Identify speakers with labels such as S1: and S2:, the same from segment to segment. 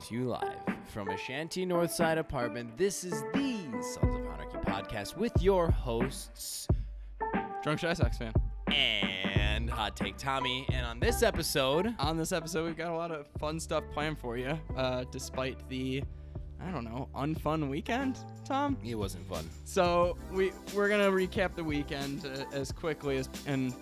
S1: to you live from a shanty Northside apartment. This is the Sons of Anarchy podcast with your hosts
S2: Drunk Shy Sox fan.
S1: and Hot Take Tommy. And on this episode,
S2: On this episode, we've got a lot of fun stuff planned for you, uh, despite the, I don't know, unfun weekend, Tom.
S1: it wasn't fun.
S2: So we we're gonna recap the weekend uh, as quickly as and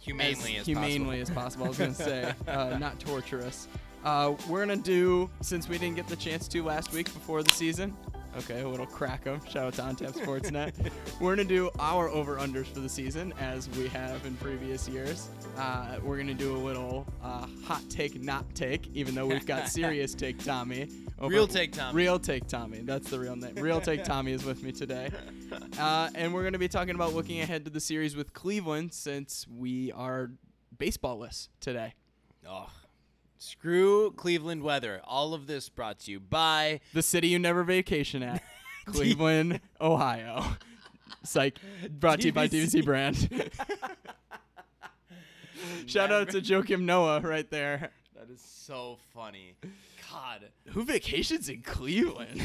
S1: Humanely as,
S2: humanely
S1: possible.
S2: as possible. I was gonna say, uh, not torturous. Uh, we're gonna do since we didn't get the chance to last week before the season. Okay, a little crack 'em. Shout out to OnTap Sportsnet. we're gonna do our over unders for the season as we have in previous years. Uh, we're gonna do a little uh, hot take, not take, even though we've got serious take Tommy. over-
S1: Real Take Tommy.
S2: Real take Tommy. That's the real name. Real take Tommy is with me today. Uh, and we're going to be talking about looking ahead to the series with Cleveland since we are baseballless today.
S1: Ugh. Screw Cleveland weather. All of this brought to you by
S2: The city you never vacation at, Cleveland, Ohio. Psych. Brought to you by
S1: DVC.
S2: DVC Brand. Shout out to Joakim Noah right there.
S1: That is so funny. God.
S2: Who vacations in Cleveland?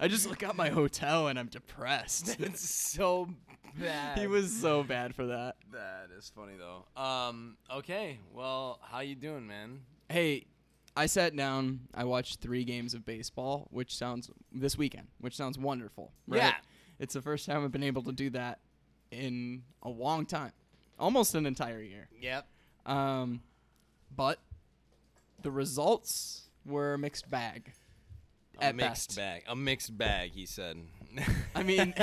S2: I just look out my hotel and I'm depressed.
S1: It's so bad.
S2: he was so bad for that.
S1: That is funny though. Um. Okay. Well, how you doing, man?
S2: Hey, I sat down. I watched three games of baseball, which sounds this weekend, which sounds wonderful. Right?
S1: Yeah.
S2: it's the first time I've been able to do that in a long time, almost an entire year.
S1: Yep.
S2: Um, but the results were a mixed bag.
S1: A
S2: at
S1: mixed
S2: best.
S1: bag. A mixed bag. He said.
S2: I mean-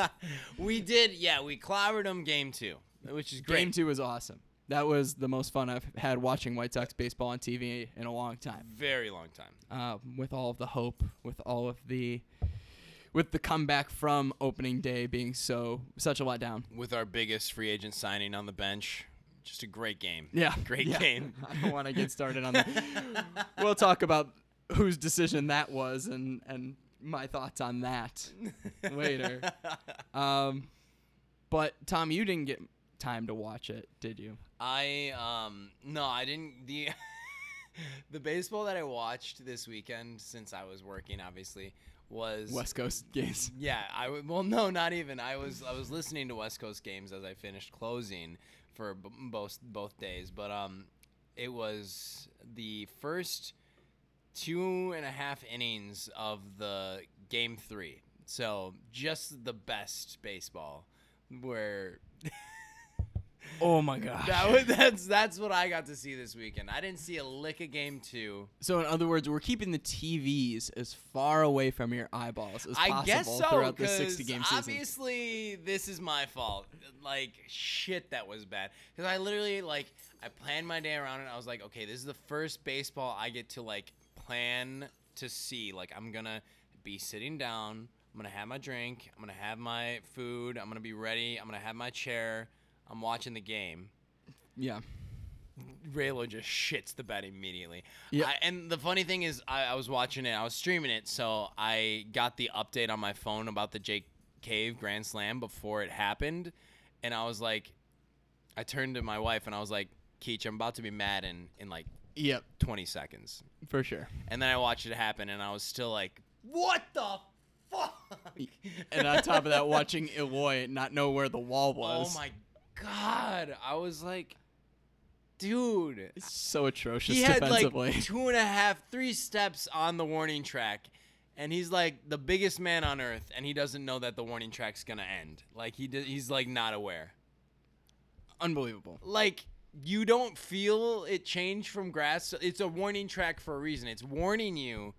S1: we did. Yeah, we clobbered him game two, which is great.
S2: Game two was awesome. That was the most fun I've had watching White Sox baseball on TV in a long time.
S1: Very long time.
S2: uh, with all of the hope, with all of the, with the comeback from opening day being so such a letdown.
S1: With our biggest free agent signing on the bench, just a great game.
S2: Yeah,
S1: Great
S2: yeah.
S1: game.
S2: I don't want to get started on that. we'll talk about whose decision that was and and my thoughts on that later. Um, but Tom, you didn't get time to watch it, did you?
S1: I um no, I didn't the the baseball that I watched this weekend since I was working obviously was
S2: West Coast games.
S1: Yeah, I w- well, no, not even. I was I was listening to West Coast games as I finished closing for b- both both days, but um, it was the first two and a half innings of the game three. So just the best baseball. Where
S2: Oh my gosh.
S1: that was that's that's what I got to see this weekend. I didn't see a lick of game two.
S2: So in other words, we're keeping the TVs as far away from your eyeballs as
S1: I
S2: possible
S1: guess so.
S2: throughout the
S1: 'cause
S2: 60 game season.
S1: Obviously, this is my fault. Like shit, that was bad. Because I literally like I planned my day around it. I was like, okay, this is the first baseball I get to like plan to see. Like I'm gonna be sitting down. I'm gonna have my drink. I'm gonna have my food. I'm gonna be ready. I'm gonna have my chair. I'm watching the game.
S2: Yeah.
S1: Raylo just shits the bed immediately.
S2: Yeah.
S1: I, and the funny thing is, I, I was watching it, I was streaming it, so I got the update on my phone about the Jake Cave Grand Slam before it happened, and I was like, I turned to my wife and I was like, Keach, I'm about to be mad in in like
S2: Yep.
S1: 20 seconds,
S2: For sure.
S1: and then I watched it happen, and I was still like, What the fuck?
S2: And on top of that, watching Eloy not know where the wall was.
S1: oh my god, I was like, dude.
S2: It's so atrocious
S1: he had like
S2: defensively.
S1: two and a half, three steps on the warning track, and he's like the biggest man on earth, and he doesn't know that the warning track's gonna end. Like he d- he's like not aware.
S2: Unbelievable.
S1: Like you don't feel it change from grass. It's a warning track for a reason. It's warning you.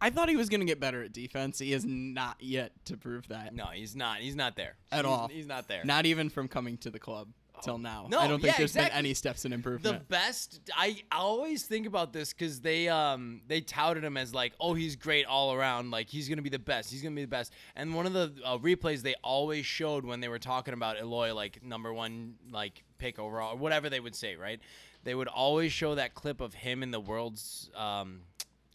S2: I thought he was going to get better at defense. He is not yet to prove that.
S1: No, he's not. He's not there
S2: At
S1: He's-
S2: all.
S1: He's not there.
S2: Not even from coming to the club till now.
S1: Oh. No,
S2: I don't think
S1: yeah,
S2: there's
S1: exactly.
S2: been any steps in
S1: the
S2: improvement.
S1: best I always think about this because they um they touted him as like oh he's great all around like he's gonna be the best he's gonna be the best and one of the uh, replays they always showed when they were talking about Eloy like number one like pick overall or whatever they would say right they would always show that clip of him in the world's um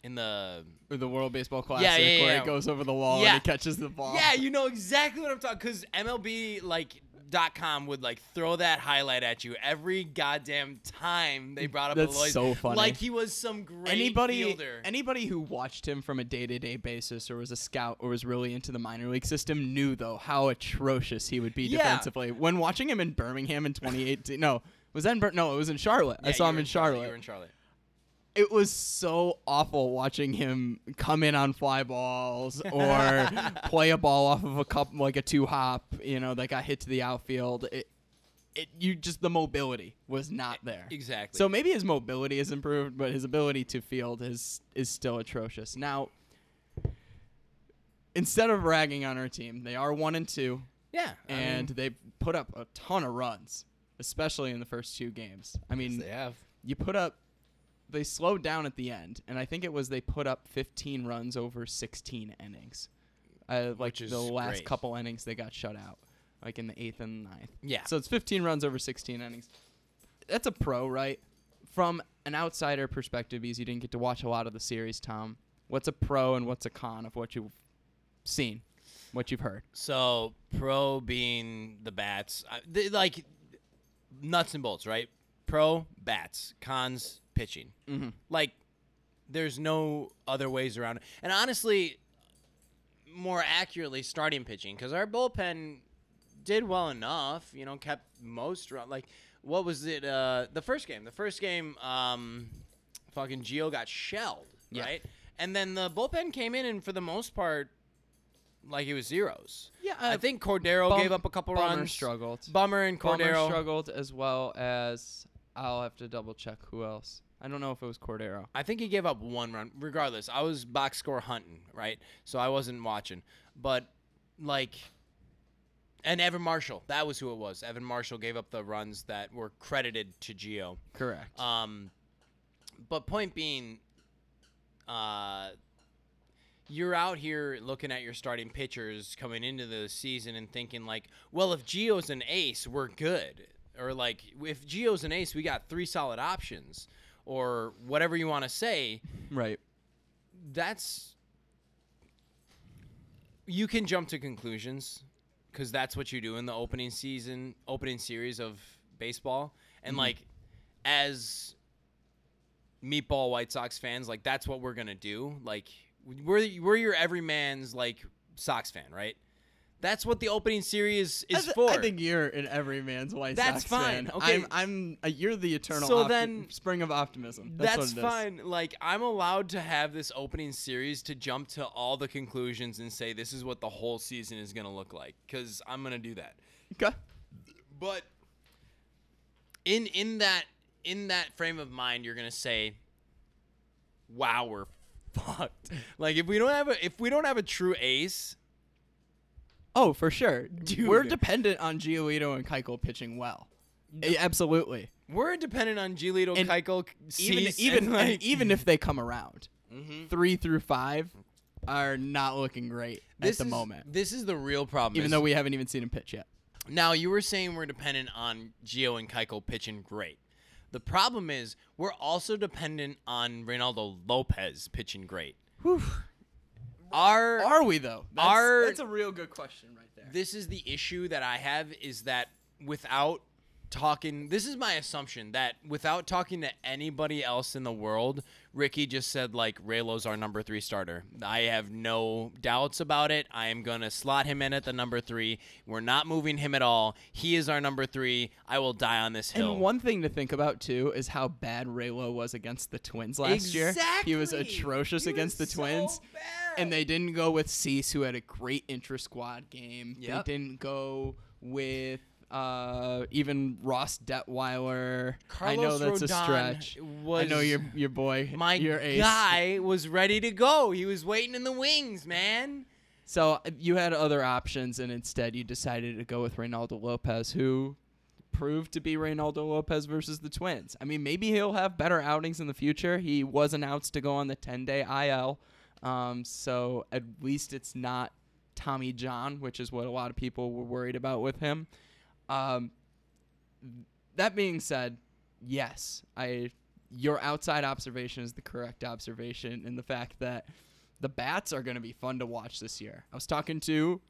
S1: in the
S2: Or the World Baseball Classic
S1: yeah,
S2: where
S1: yeah.
S2: it goes over the wall
S1: Yeah.
S2: and he catches the ball.
S1: yeah you know exactly what I'm talking because MLB like ESPN.com would like throw that highlight at you every goddamn time they brought up
S2: That's
S1: Aloysius.
S2: so funny.
S1: Like he was some great
S2: anybody
S1: fielder.
S2: anybody who watched him from a day-to-day basis or was a scout or was really into the minor league system knew though how atrocious he would be
S1: Yeah.
S2: defensively when watching him in Birmingham in 2018 no was that in Bir- no it was in Charlotte I
S1: Yeah,
S2: saw
S1: you
S2: him
S1: were
S2: in Charlotte,
S1: You were in Charlotte.
S2: it was so awful watching him come in on fly balls or play a ball off of a cup like a two hop you know that got hit to the outfield it it you just the mobility was not there
S1: E, Exactly.
S2: so maybe his mobility has improved, but his ability to field is is still atrocious. Now, instead of ragging on our team, they are one and two,
S1: yeah, I mean,
S2: and they put up a ton of runs, especially in the first two games. I mean,
S1: they have.
S2: you put up, they slowed down at the end, and I think it was they put up 15 runs over 16 innings. Uh, like
S1: Which is
S2: the last
S1: great.
S2: couple innings, they got shut out, like in the eighth and ninth.
S1: Yeah.
S2: So it's 15 runs over 16 innings. That's a pro, right? From an outsider perspective, because you didn't get to watch a lot of the series, Tom. What's a pro and what's a con of what you've seen, what you've heard?
S1: So pro being the bats, I- they, like nuts and bolts, right? Pro bats, cons pitching. Mm-hmm. Like there's no other ways around it. And honestly, more accurately, starting pitching because our bullpen did well enough. You know, kept most run. Like what was it? Uh, the first game. The first game. Um, fucking Geo got shelled,
S2: Yeah.
S1: right? And then the bullpen came in and for the most part like it was zeros.
S2: Yeah,
S1: I think Cordero
S3: Uh, Bum-
S1: gave up a couple
S3: Bummer
S1: runs.
S3: struggled.
S1: Bummer and
S3: Bummer
S1: Cordero.
S3: struggled as well as I'll have to double check who else. I don't know if it was Cordero.
S1: I think he gave up one run. Regardless, I was box score hunting, right? So I wasn't watching. But like and Evan Marshall, that was who it was. Evan Marshall gave up the runs that were credited to Geo.
S2: Correct.
S1: Um, but point being, uh, you're out here looking at your starting pitchers coming into the season and thinking like, well, if Geo's an ace, we're good, or like if Geo's an ace, we got three solid options, or whatever you want to say.
S2: right.
S1: That's you can jump to conclusions because that's what you do in the opening season, opening series of baseball. And like, as meatball White Sox fans, like that's what we're gonna do. Like, we're we're your everyman's like Sox fan, right? That's what the opening series
S2: I
S1: is
S2: th-
S1: for.
S2: I think you're in every man's White
S1: That's
S2: Sox
S1: fine.
S2: fan.
S1: Okay.
S2: I'm, I'm uh, you're the eternal.
S1: So
S2: opti-
S1: then-
S2: spring of optimism. That's,
S1: That's,
S2: what it is.
S1: fine. Like I'm allowed to have this opening series to jump to all the conclusions and say this is what the whole season is going to look like cuz I'm going to do that.
S2: Okay.
S1: But in in that in that frame of mind you're going to say wow, we're fucked. Like if we don't have a if we don't have a true ace,
S2: Oh, for sure. We're
S1: Dude.
S2: dependent on Giolito and Keuchel pitching well. A- Absolutely.
S1: we're dependent on Gilito
S2: And
S1: Keiko
S2: Even even and even if they come around,
S1: Mm-hmm.
S2: three through five are not looking great at
S1: is,
S2: the moment.
S1: This is the real problem.
S2: Even
S1: is-
S2: though we haven't even seen him pitch yet.
S1: Now you were saying we're dependent on Gio and Keiko pitching great. The problem is we're also dependent on Reynaldo Lopez pitching great. Our,
S2: Are we though? That's,
S1: Are-
S2: that's a real good question right there.
S1: this is the issue that I have is that without talking this is my assumption that without talking to anybody else in the world, Ricky just said like Raylo's our number three starter. I have no doubts about it. I am gonna slot him in at the number three. We're not moving him at all. He is our number three. I will die on this hill.
S2: And one thing to think about too is how bad Raylo was against the Twins last year. He was
S1: Exactly.
S2: atrocious
S1: He
S2: against
S1: was
S2: the
S1: so
S2: Twins,
S1: bad.
S2: and they didn't go with Cease, who had a great intra-squad game.
S1: Yep.
S2: They didn't go with uh, even Ross Detweiler. I know
S1: Carlos
S2: that's
S1: Rodon
S2: a stretch. I know
S1: was
S2: your your boy,
S1: My
S2: your ace.
S1: guy was ready to go. He was waiting in the wings, man.
S2: So uh, you had other options, and instead you decided to go with Reynaldo Lopez, who proved to be Reynaldo Lopez versus the Twins. I mean, maybe he'll have better outings in the future. He was announced to go on the 10 day IL, um, so at least it's not Tommy John, which is what a lot of people were worried about with him. Um, that being said, yes, I your outside observation is the correct observation in the fact that the bats are going to be fun to watch this year. I was talking to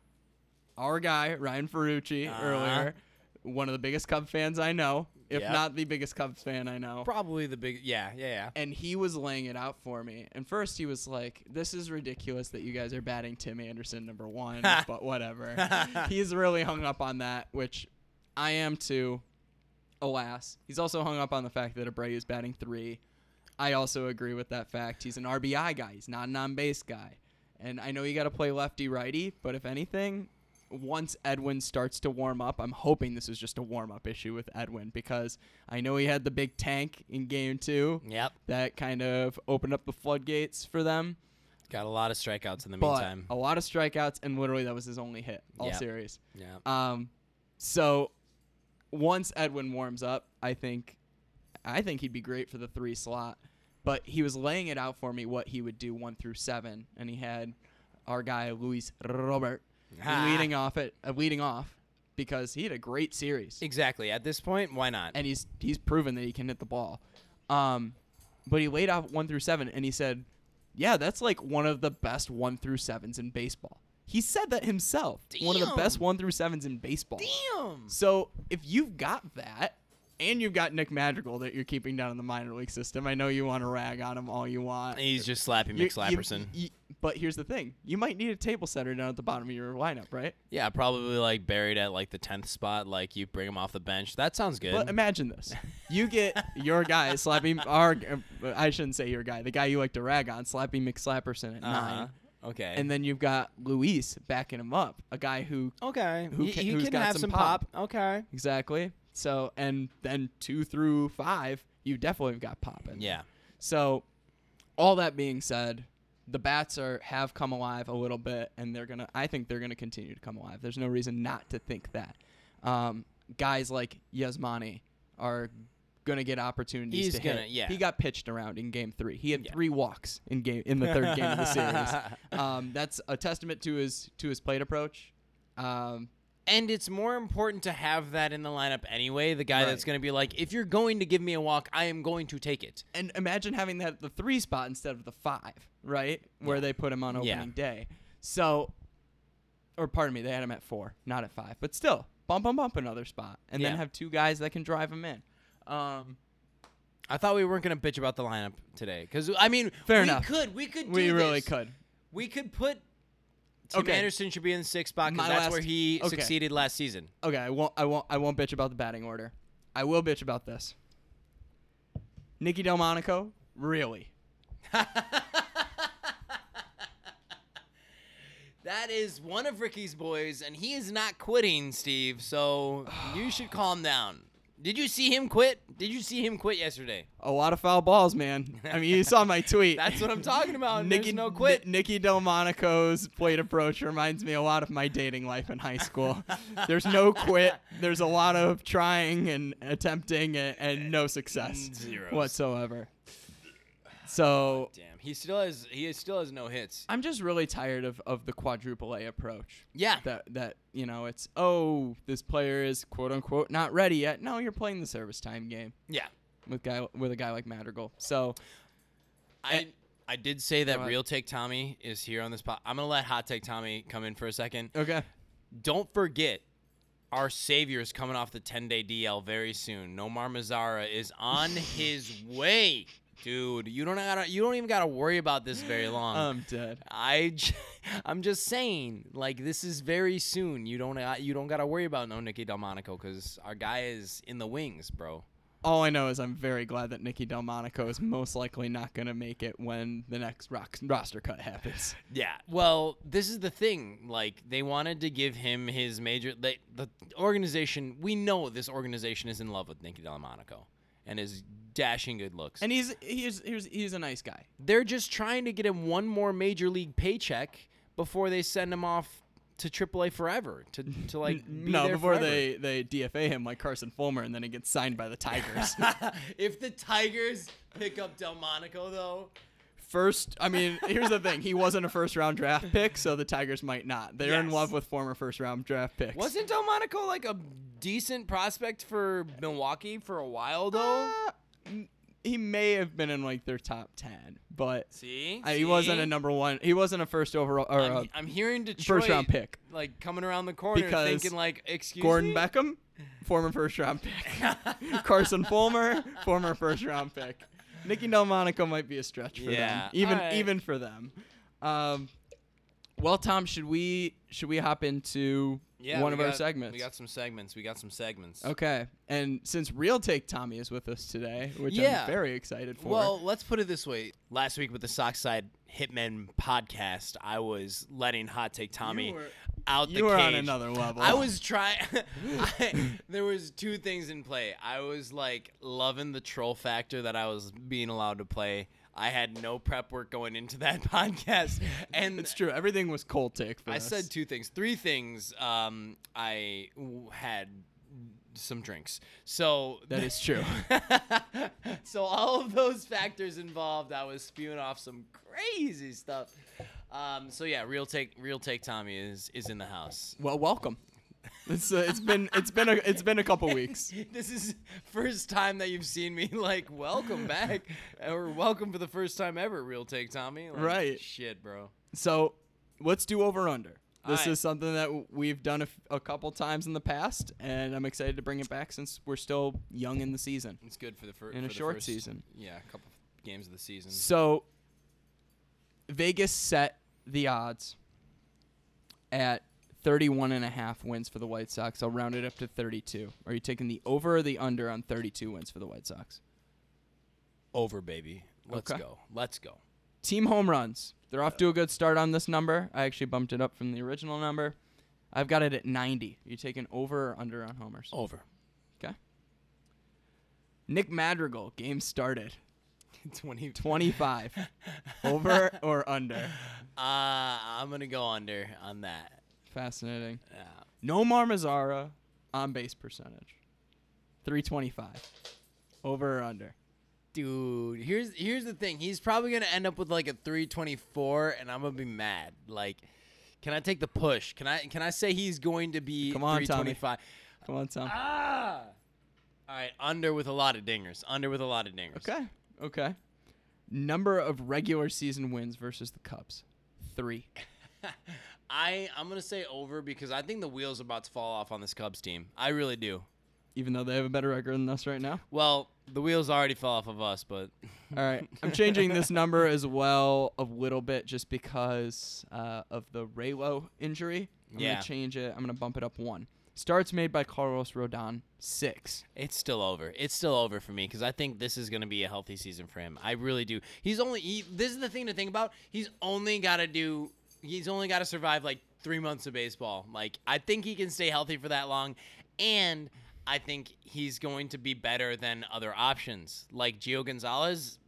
S2: our guy Ryan Ferrucci
S1: Uh-huh.
S2: earlier, one of the biggest Cub fans I know, if
S1: Yep.
S2: not the biggest Cubs fan I know.
S1: Probably the big. Yeah, yeah, yeah.
S2: and he was laying it out for me. And first he was like, "This is ridiculous that you guys are batting Tim Anderson number one," but whatever. He's really hung up on that, which I am too. Alas, he's also hung up on the fact that Abreu is batting three. I also agree with that fact. He's an RBI guy. He's not an on-base guy. And I know you got to play lefty righty, but if anything, once Edwin starts to warm up, I'm hoping this is just a warm-up issue with Edwin because I know he had the big tank in game 2
S1: Yep.
S2: that kind of opened up the floodgates for them.
S1: Got a lot of strikeouts in the
S2: But
S1: meantime.
S2: a lot of strikeouts, and literally that was his only hit all
S1: Yeah.
S2: series.
S1: yeah.
S2: Um, so once Edwin warms up, I think I think he'd be great for the three slot. But he was laying it out for me what he would do one through seven, and he had our guy Luis Robert
S1: Ah.
S2: leading off it, uh, leading off because he had a great series
S1: Ah, Exactly. At this point, why not?
S2: and he's he's proven that he can hit the ball. Um, but he laid out one through seven, and he said, "Yeah, that's like one of the best one through sevens in baseball." He said that himself. One of the
S1: Damn.
S2: best one through sevens in baseball.
S1: Damn.
S2: So if you've got that, and you've got Nick Madrigal that you're keeping down in the minor league system, I know you want to rag on him all you want.
S1: He's just slapping
S2: You-
S1: Mick
S2: you-
S1: Slapperson.
S2: you- but here's the thing: you might need a table setter down at the bottom of your lineup, right?
S1: Yeah, probably like buried at like the tenth spot. Like you bring him off the bench. That sounds good.
S2: But imagine this: you get your guy slapping our. I shouldn't say your guy. The guy you like to rag on slapping McSlapperson at
S1: Uh-huh.
S2: nine,
S1: Okay.
S2: and then you've got Luis backing him up, a guy who
S1: okay.
S2: who
S1: He-
S2: ca-
S1: he
S2: who's
S1: can
S2: got
S1: have some
S2: some pop.
S1: Okay.
S2: exactly. So and then two through five, you definitely have got popping.
S1: Yeah.
S2: So, all that being said, the bats are have come alive a little bit, and they're gonna. I think they're gonna continue to come alive. There's no reason not to think that. Um, guys like Yasmani are gonna get opportunities.
S1: He's
S2: to
S1: gonna-
S2: hit.
S1: yeah.
S2: He got pitched around in game three. He had
S1: Yeah.
S2: three walks in game in the third game of the series. Um, that's a testament to his to his plate approach. Um,
S1: And it's more important to have that in the lineup anyway. The guy
S2: Right.
S1: that's going to be like, if you're going to give me a walk, I am going to take it.
S2: and imagine having that at the three spot instead of the five, right? Where they put him on opening
S1: Yeah.
S2: day. So, or pardon me, they had him at four, not at five, but still bump him up another spot, and then
S1: Yeah.
S2: have two guys that can drive him in. Um,
S1: I thought we weren't going to bitch about the lineup today because I mean,
S2: Fair
S1: we
S2: enough.
S1: could, we could, do
S2: we really
S1: this.
S2: could.
S1: We could put. Tim
S2: Okay.
S1: Anderson should be in the sixth spot
S2: My
S1: because that's
S2: last-
S1: where he
S2: okay.
S1: succeeded last season.
S2: Okay, I won't, I won't, I won't bitch about the batting order. I will bitch about this. Nicky Delmonico, really?
S1: That is one of Ricky's boys, and he is not quitting, Steve. So you should calm down. Did you see him quit? Did you see him quit yesterday?
S2: A lot of foul balls, man. I mean, you saw my tweet.
S1: That's what I'm talking about. Oh,
S2: Nikki
S1: There's no quit.
S2: Ni- Nikki Delmonico's plate approach reminds me a lot of my dating life in high school. There's no quit. There's a lot of trying and attempting and, and no success
S1: Zeros.
S2: whatsoever. So
S1: Damn, he still has he still has no hits.
S2: I'm just really tired of, of the quadruple A approach.
S1: Yeah,
S2: That that you know it's oh this player is quote unquote not ready yet. No, you're playing the service time game
S1: yeah.
S2: with guy with a guy like Madrigal. So
S1: I
S2: And-
S1: I did say
S2: Go
S1: that
S2: ahead.
S1: real take Tommy is here on this pod. I'm gonna let hot take Tommy come in for a second.
S2: okay,
S1: Don't forget. Our savior is coming off the 10 day DL very soon. Nomar Mazzara is on his way, dude. You don't gotta, you don't even gotta worry about this very long.
S2: I'm dead.
S1: I, j- I'm just saying, like this is very soon. You don't, uh, you don't gotta worry about no Nicky Delmonico because our guy is in the wings, bro.
S2: All I know is I'm very glad that Nicky Delmonico is most likely not going to make it when the next rock- roster cut happens.
S1: Yeah. Well, this is the thing. Like they wanted to give him his major. They, the organization. We know this organization is in love with Nicky Delmonico and his dashing good looks.
S2: And he's he's he's, he's a nice guy.
S1: they're just trying to get him one more major league paycheck before they send him off to AAA forever. To to like be
S2: no,
S1: there
S2: before
S1: forever.
S2: they they DFA him like Carson Fulmer, and then he gets signed by the Tigers.
S1: if the Tigers pick up Delmonico though,
S2: first, I mean, here's the thing: he wasn't a first round draft pick, so the Tigers might not. They're in
S1: Yes.
S2: love with former first round draft picks.
S1: wasn't Delmonico like a decent prospect for Milwaukee for a while though?
S2: Uh, m- he may have been in like their top ten, but
S1: See,
S2: uh, he wasn't
S1: See?
S2: a number one. He wasn't a first overall or
S1: I'm,
S2: a
S1: I'm hearing Detroit
S2: first round pick.
S1: like coming around the corner
S2: Because
S1: thinking like excuse
S2: Gordon
S1: me?
S2: Beckham, former first round pick. Carson Fulmer, former first round pick. Nicky Delmonico might be a stretch for
S1: Yeah,
S2: them. Even
S1: alright.
S2: even for them. Um, well, Tom, should we should we hop into
S1: Yeah,
S2: one
S1: we
S2: of our
S1: got-
S2: segments?
S1: We got some segments. We got some segments.
S2: okay. And since Real Take Tommy is with us today, which
S1: Yeah.
S2: I'm very excited for.
S1: Well, let's put it this way. Last week with the Sockside Hitmen podcast, I was letting Hot Take Tommy
S2: You were-
S1: out the
S2: you are on
S1: cage.
S2: another level.
S1: I was trying. there was two things in play. I was like loving the troll factor that I was being allowed to play. I had no prep work going into that podcast, and
S2: It's true. Everything was cold take for
S1: I
S2: us.
S1: said two things, three things. Um, I w- had some drinks, so
S2: That is true.
S1: so all of those factors involved, I was spewing off some crazy stuff. Um, so yeah, real take, real take. Tommy is is in the house.
S2: Well, welcome. It's uh, it's been it's been a it's been a couple weeks.
S1: This is first time that you've seen me like welcome back or welcome for the first time ever. Real take, Tommy. Like,
S2: Right.
S1: Shit, bro.
S2: So let's do over under. This
S1: Alright.
S2: is something that w- we've done a, f- a couple times in the past, and I'm excited to bring it back since we're still young in the season.
S1: It's good for the first
S2: In a short season.
S1: Yeah, a couple games of the season.
S2: So Vegas set the odds at 31 and a half wins for the White Sox. I'll round it up to 32. Are you taking the over or the under on 32 wins for the White Sox?
S1: Over, baby. Let's
S2: Okay.
S1: go. Let's go.
S2: Team home runs. They're off to a good start on this number. I actually bumped it up from the original number. I've got it at 90. You taking over or under on homers?
S1: Over.
S2: Okay. Nick Madrigal, game started.
S1: 20. Uh,
S2: 25. over or under?
S1: Ah, I'm going to go under on that.
S2: Fascinating.
S1: Yeah.
S2: Nomar Mazzara, on base percentage. 325. Over or under?
S1: Dude, here's here's the thing. He's probably going to end up with like a 324 and I'm going to be mad. Like can I take the push? Can I can I say he's going to be
S2: Come on, Tommy.
S1: 325?
S2: Come on, Tom.
S1: Ah! All right, under with a lot of dingers. Under with a lot of dingers.
S2: Okay. Okay. Number of regular season wins versus the Cubs. Three.
S1: I I'm going to say over because I think the wheels about to fall off on this Cubs team. I really do.
S2: Even though they have a better record than us right now.
S1: Well, the wheels already fell off of us, but
S2: All right. I'm changing this number as well a little bit just because uh, of the Raylo injury. I'm
S1: Yeah.
S2: going to change it. I'm going to bump it up one. Starts made by Carlos Rodon, six.
S1: It's still over. It's still over for me because I think this is going to be a healthy season for him. I really do. He's only. He, this is the thing to think about. He's only got to do. He's only got to survive like three months of baseball. Like I think he can stay healthy for that long, and I think he's going to be better than other options. Like Gio Gonzalez,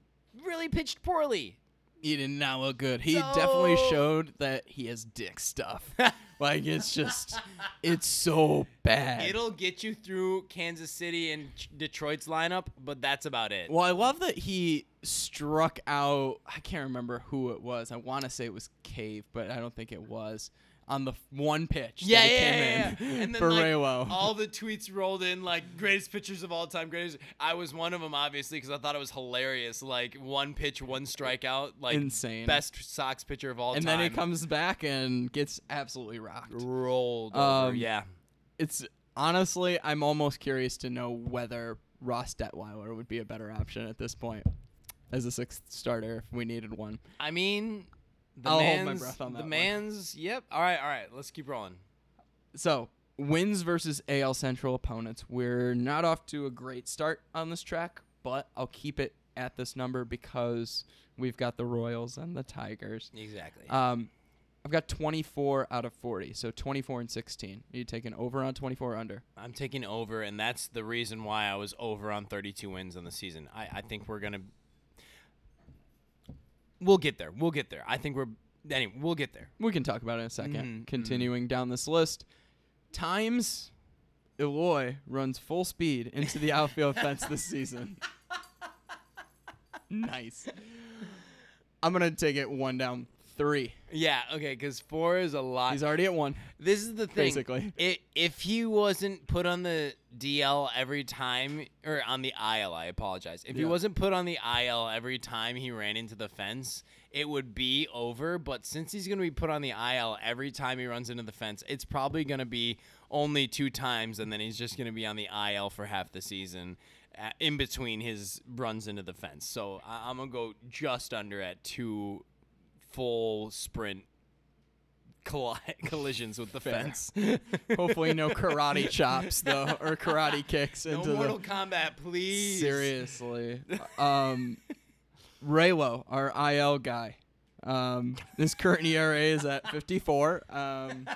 S1: really pitched poorly.
S2: He did not look good. He definitely
S1: So-
S2: showed that he has dick stuff. like, it's just, it's so bad.
S1: It'll get you through Kansas City and Detroit's lineup, but that's about it.
S2: Well, I love that he struck out. I can't remember who it was. I want to say it was Cave, but I don't think it was. On the f- one pitch,
S1: Yeah,
S2: that he
S1: yeah,
S2: came
S1: yeah,
S2: in
S1: yeah. And then
S2: for
S1: like,
S2: Rayo.
S1: all the tweets rolled in like greatest pitchers of all time. Greatest. I was one of them, obviously, because I thought it was hilarious. Like one pitch, one strikeout. Like
S2: Insane.
S1: Best Sox pitcher of all
S2: and
S1: time.
S2: then he comes back and gets absolutely rocked.
S1: rolled over.
S2: Um,
S1: Yeah.
S2: It's honestly, I'm almost curious to know whether Ross Detweiler would be a better option at this point as a sixth starter if we needed one.
S1: I mean, the
S2: I'll hold my
S1: man's.
S2: breath on that
S1: the
S2: one.
S1: man's. Yep. All right. All right. Let's keep rolling.
S2: So wins versus AL Central opponents. We're not off to a great start on this track, but I'll keep it at this number because we've got the Royals and the Tigers.
S1: Exactly.
S2: Um, I've got 24 out of 40, so 24 and 16. Are you taking over on 24 or under?
S1: I'm taking over, and that's the reason why I was over on 32 wins on the season. I, I think we're gonna. We'll get there. We'll get there. I think we're. Anyway, we'll get there.
S2: We can talk about it in a 2nd
S1: Mhm,
S2: Continuing down this list, times Eloy runs full speed into the outfield fence this season. nice. I'm gonna take it one down three.
S1: Yeah. Okay. Because four is a lot.
S2: He's already at one.
S1: this is the thing.
S2: Basically.
S1: I if he wasn't put on the DL every time, or on the IL, I apologize. If he
S2: Yeah.
S1: wasn't put on the IL every time he ran into the fence, it would be over. But since he's going to be put on the IL every time he runs into the fence, it's probably going to be only two times, and then he's just going to be on the IL for half the season. uh, In between his runs into the fence, so I- I'm gonna go just under at two full sprint colli- collisions with the fence.
S2: Hopefully, no karate chops though, or karate kicks
S1: no
S2: into
S1: Mortal
S2: the.
S1: Kombat, please.
S2: Seriously, um, Raylo, our IL guy, um, his current ERA is at 54. Um,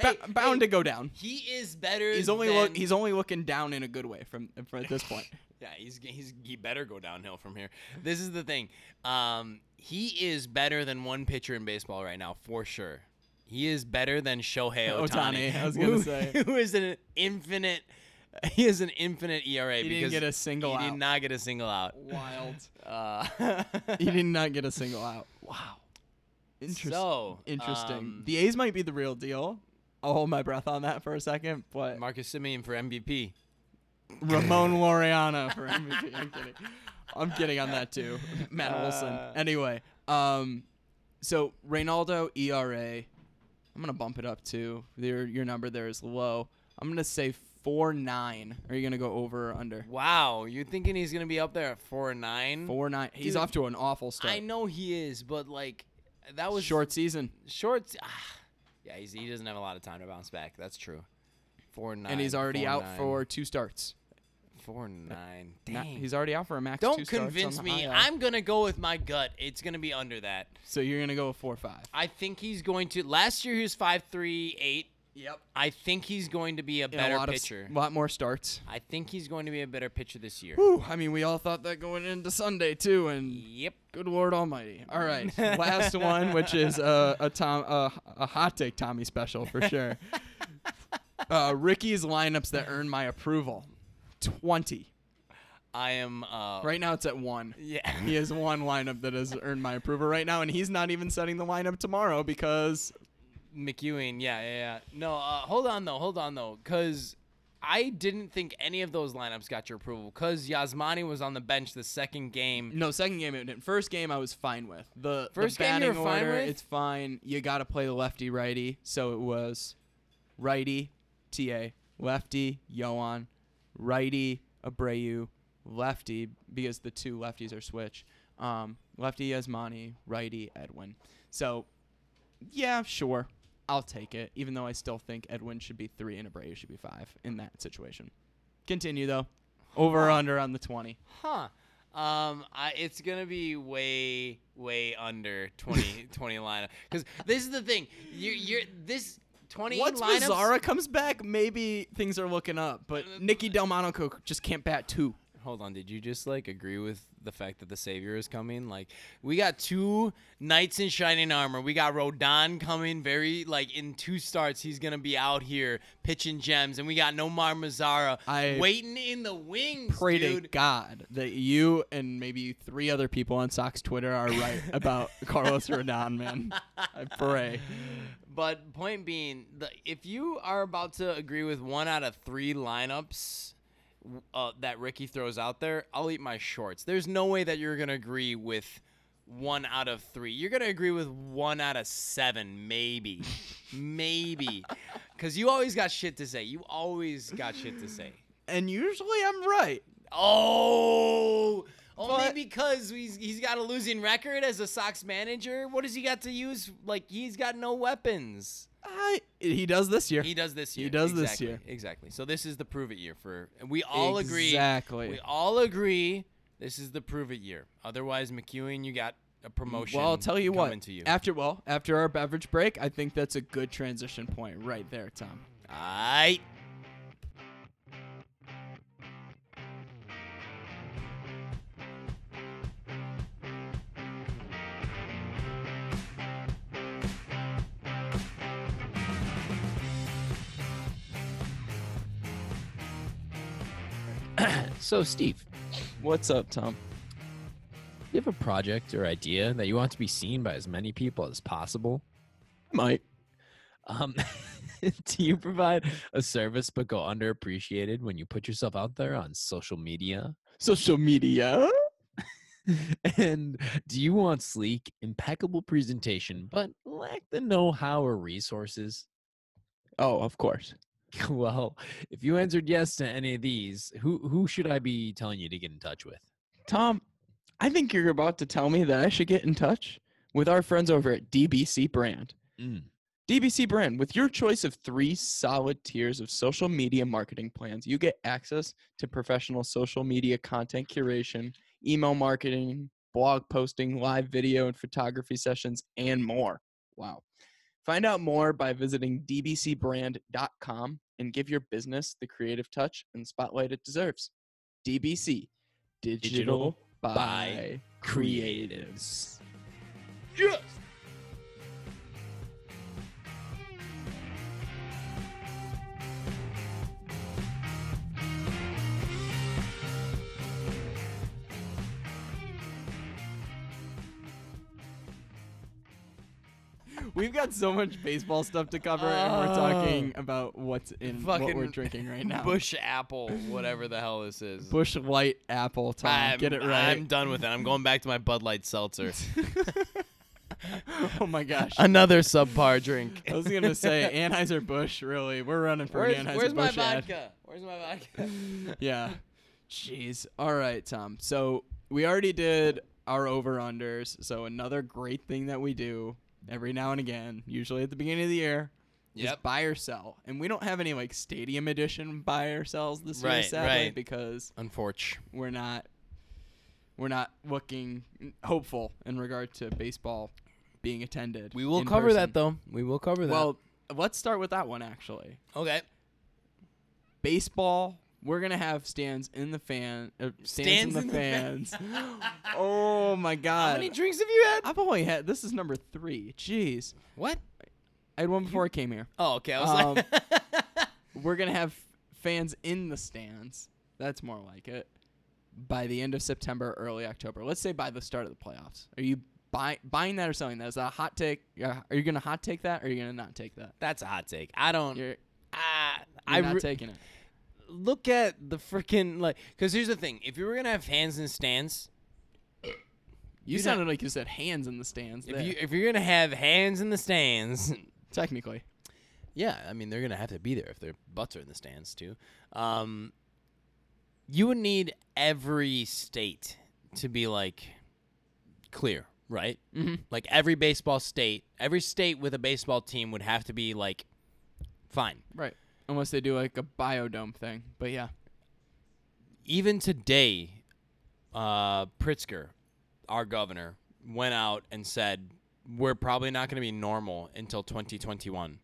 S1: Hey,
S2: bou- bound to go down.
S1: He is better.
S2: He's only
S1: than,
S2: look. He's only looking down in a good way from, from at this point.
S1: Yeah, he's he's he better go downhill from here. This is the thing. Um, he is better than one pitcher in baseball right now for sure. He is better than Shohei Otani.
S2: Ohtani, I was gonna say.
S1: who is an infinite. He is an infinite ERA
S2: He didn't
S1: because
S2: get a single
S1: he
S2: out.
S1: did not get a single out.
S2: Wild.
S1: Uh,
S2: he did not get a single out. Wow. Interesting.
S1: So,
S2: Interesting.
S1: um,
S2: the A's might be the real deal. I'll hold my breath on that for a second, but
S1: Marcus Simeon for MVP.
S2: Ramon Laureano for MVP. I'm kidding. I'm kidding on that too. Matt Olson.
S1: Uh,
S2: Anyway, um, so Reynaldo ERA. I'm gonna bump it up to your your number there is low. I'm gonna say four nine. Are you gonna go over or under?
S1: Wow, you're thinking he's gonna be up there at four and nine?
S2: Four nine. He's
S1: Dude,
S2: off to an awful start.
S1: I know he is, but like that was
S2: Short season,
S1: Shorts. Ah, yeah, he's, he doesn't have a lot of time to bounce back. That's true. Four nine.
S2: and he's already
S1: four
S2: out
S1: nine,
S2: for two starts.
S1: four nine.
S2: Not-
S1: Dang.
S2: he's already out for a max. two
S1: Don't
S2: starts on
S1: convince
S2: the
S1: me.
S2: IL.
S1: I'm gonna go with my gut. It's gonna be under that.
S2: So you're gonna go with four five.
S1: I think he's going to. Last year he was five three eight.
S2: Yep.
S1: I think he's going to be a better
S2: a lot
S1: pitcher.
S2: Of, s- lot more starts.
S1: I think he's going to be a better pitcher this year.
S2: Whew, I mean, we all thought that going into Sunday too, and
S1: Yep.
S2: good Lord Almighty. All right, last one, which is uh, a Tom, uh, a hot take Tommy special for sure. Uh, Ricky's lineups that earn my approval, twenty.
S1: I am. Uh,
S2: Right now, it's at one.
S1: Yeah.
S2: He has one lineup that has earned my approval right now, and he's not even setting the lineup tomorrow because
S1: McEwing, yeah, yeah, yeah. No, uh, hold on though, hold on though, because I didn't think any of those lineups got your approval. Because Yasmani was on the bench the second game.
S2: No, second game it didn't. First game I was fine with. The
S1: First
S2: the
S1: game
S2: batting
S1: you were fine
S2: order,
S1: with?
S2: it's fine. You gotta play the lefty righty. So it was righty, TA, lefty, Yoan, righty, Abreu, lefty, because the two lefties are switch. Um, lefty Yasmani, righty, Edwin. So yeah, sure. I'll take it, even though I still think Edwin should be three and Abreu should be five in that situation. Continue though. Over or under on the twenty.
S1: Huh. Um, I, it's gonna be way, way under 20, 20 lineup. Because this is the thing. You're, you're this twenty
S2: Once
S1: lineups. Uh,
S2: Mazzara comes back, maybe things are looking up. But Nicky Del Monaco just can't bat two.
S1: Hold on, did you just like agree with the fact that the savior is coming? Like we got two knights in shining armor. We got Rodon coming very like in two starts he's going to be out here pitching gems and we got Nomar Mazzara
S2: I
S1: waiting in the wings,
S2: Pray to
S1: dude.
S2: God that you and maybe three other people on Sox Twitter are right about Carlos Rodon, man. I pray.
S1: But point being, the, if you are about to agree with one out of 3 lineups w- uh, that Ricky throws out there, I'll eat my shorts. There's no way that you're going to agree with one out of three. You're going to agree with one out of seven, maybe. maybe. Because you always got shit to say. You always got shit to say.
S2: And usually I'm right.
S1: Oh! Only
S2: But-
S1: because he's, he's got a losing record as a Sox manager. What does he got to use? Like, he's got no weapons.
S2: I, he does this year.
S1: He does this
S2: He
S1: year.
S2: does this
S1: Exactly,
S2: year.
S1: Exactly. So this is the prove it year for and we all
S2: Exactly.
S1: agree. We all agree this is the prove it year. Otherwise, McEwing, you got a promotion.
S2: Well, I'll tell you
S1: coming
S2: what.
S1: To you.
S2: After well, after our beverage break, I think that's a good transition point right there, Tom.
S1: Aight.
S4: So, Steve,
S3: What's up, Tom?
S4: you have a project or idea that you want to be seen by as many people as possible.
S3: Mike.
S4: Um, do you provide a service but go underappreciated when you put yourself out there on social media?
S3: Social media.
S4: and do you want sleek, impeccable presentation but lack the know how or resources?
S2: Oh, of course.
S4: Well, if you answered yes to any of these, who who should I be telling you to get in touch with?
S2: Tom, I think you're about to tell me that I should get in touch with our friends over at DBC Brand.
S4: Mm.
S2: DBC Brand, with your choice of three solid tiers of social media marketing plans, you get access to professional social media content curation, email marketing, blog posting, live video and photography sessions, and more. Wow. Find out more by visiting dbcbrand.com and give your business the creative touch and spotlight it deserves. DBC, Digital,
S4: Digital
S2: by,
S4: by
S2: Creatives.
S1: Yes.
S2: We've got so much baseball stuff to cover, and we're talking about what's in what we're
S1: Oh. Fucking
S2: drinking right now.
S1: Bush apple, whatever the hell this is.
S2: Bush Light Apple. Tom,
S1: I'm,
S2: get it right.
S1: I'm done with it. I'm going back to my Bud Light seltzer.
S2: oh my gosh.
S1: Another subpar drink.
S2: I was gonna say Anheuser Busch. Really, we're running for an Anheuser Busch ad.
S1: Where's my vodka?
S2: Yeah. Jeez. All right, Tom. So we already did our over unders. So another great thing that we do every now and again, usually at the beginning of the year, is
S1: Yep.
S2: buy or sell. And we don't have any like stadium edition buy or sells this year,
S1: Right,
S2: sadly,
S1: right.
S2: because
S1: Unfortunate.
S2: we're not we're not looking hopeful in regard to baseball being attended.
S1: We will
S2: in
S1: cover
S2: person.
S1: that though. We will cover that.
S2: Well, let's start with that one actually.
S1: okay.
S2: baseball. We're gonna have stands in the fan, uh, stands, in the fans. oh my
S1: How
S2: god!
S1: many drinks have you had?
S2: I've only had this is number three. Jeez,
S1: What?
S2: I had one before I came here.
S1: Oh, okay. I was
S2: Um,
S1: like,
S2: We're gonna have fans in the stands. That's more like it. By the end of September, early October. Let's say by the start of the playoffs. Are you buy, buying that or selling that? Is that a hot take? Uh, Are you gonna hot take that or are you gonna not take that?
S1: that's a hot take. I don't.
S2: You're, you're
S1: I, I
S2: I not
S1: re-
S2: taking it.
S1: look at the freaking like. Because here's the thing: if you were gonna have fans in stands,
S2: You
S1: You're not-
S2: sounded like you said hands in the stands.
S1: if
S2: there.
S1: you if you're gonna have hands in the stands,
S2: Technically,
S1: Yeah, I mean they're gonna have to be there if their butts are in the stands too. Um, you would need every state to be like clear, right?
S2: Mhm.
S1: Like every baseball state, every state with a baseball team would have to be like fine.
S2: Right. Unless they do like a biodome thing. But yeah.
S1: Even today, uh, Pritzker, our governor, went out and said we're probably not gonna be normal until 2021.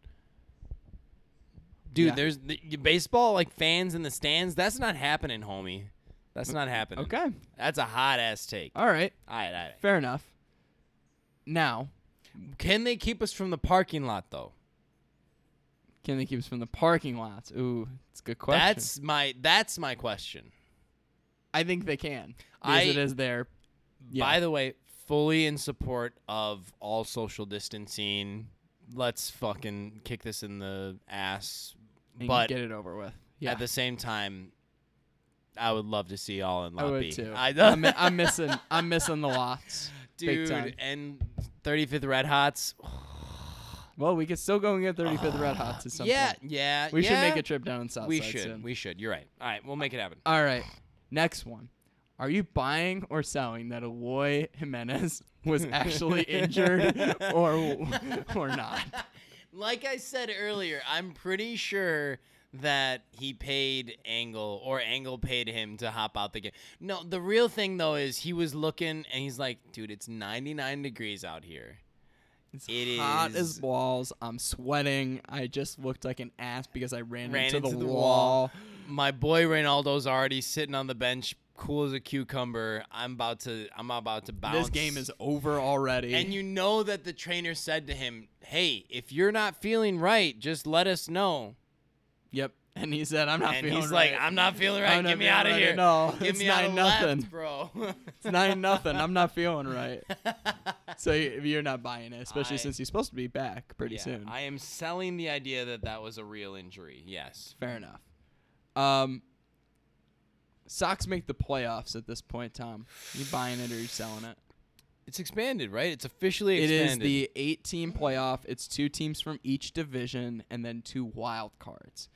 S1: Dude,
S2: Yeah.
S1: there's the, y- baseball like fans in the stands. That's not happening, homie. That's not happening.
S2: Okay.
S1: That's a hot ass take. All
S2: All right.
S1: right, all right.
S2: Fair enough. Now,
S1: Can they keep us from the parking lot though?
S2: can they keep us from the parking lots? Ooh, it's a good question.
S1: That's my that's my question.
S2: I think they can.
S1: I-
S2: Because it is there. Yeah.
S1: By the way, fully in support of all social distancing. Let's fucking kick this in the ass.
S2: and
S1: but
S2: get it over with. Yeah.
S1: at the same time, I would love to see all in
S2: I
S1: lot
S2: would
S1: B.
S2: too.
S1: I
S2: I'm, mi- I'm missing I'm missing the lots. Big time.
S1: dude, and 35th Red Hots.
S2: Well, we could still go and get 35th Red Hots at some
S1: yeah,
S2: point.
S1: yeah.
S2: We should
S1: yeah.
S2: make a trip down in Southside
S1: We should.
S2: soon.
S1: We should. You're right. All right, we'll make it happen.
S2: All right. Next one. Are you buying or selling that Aloy Jimenez was actually injured or or not?
S1: Like I said earlier, I'm pretty sure that he paid Angle or Angle paid him to hop out the game. No, the real thing though is he was looking and he's like, dude, it's 99 degrees out here.
S2: It's
S1: It
S2: hot as
S1: is-
S2: balls. I'm sweating. I just looked like an ass because I ran,
S1: Ran
S2: into, the,
S1: into the
S2: wall.
S1: wall. My boy Reynaldo's already sitting on the bench, cool as a cucumber. I'm about to I'm about to bounce.
S2: This game is over already.
S1: And you know that the trainer said to him, "Hey, if you're not feeling right, just let us know."
S2: yep. And he said, "I'm not
S1: and
S2: feeling
S1: he's
S2: right.
S1: like, "I'm not feeling
S2: I'm
S1: right.
S2: not
S1: Get me
S2: feeling
S1: out of
S2: right
S1: here.
S2: at all.
S1: Get
S2: It's
S1: me out of
S2: nine nothing.
S1: left, bro."
S2: it's nine nothing. I'm not feeling right." So y- you're not buying it, especially
S1: I-
S2: since he's supposed to be back pretty
S1: Yeah,
S2: soon.
S1: I am selling the idea that that was a real injury. Yes.
S2: Fair enough. Um, Sox make the playoffs at this point, Tom. You buying it or you selling it?
S1: It's expanded, right? It's officially
S2: It
S1: expanded.
S2: is the eight team playoff. It's two teams from each division and then two wild cards.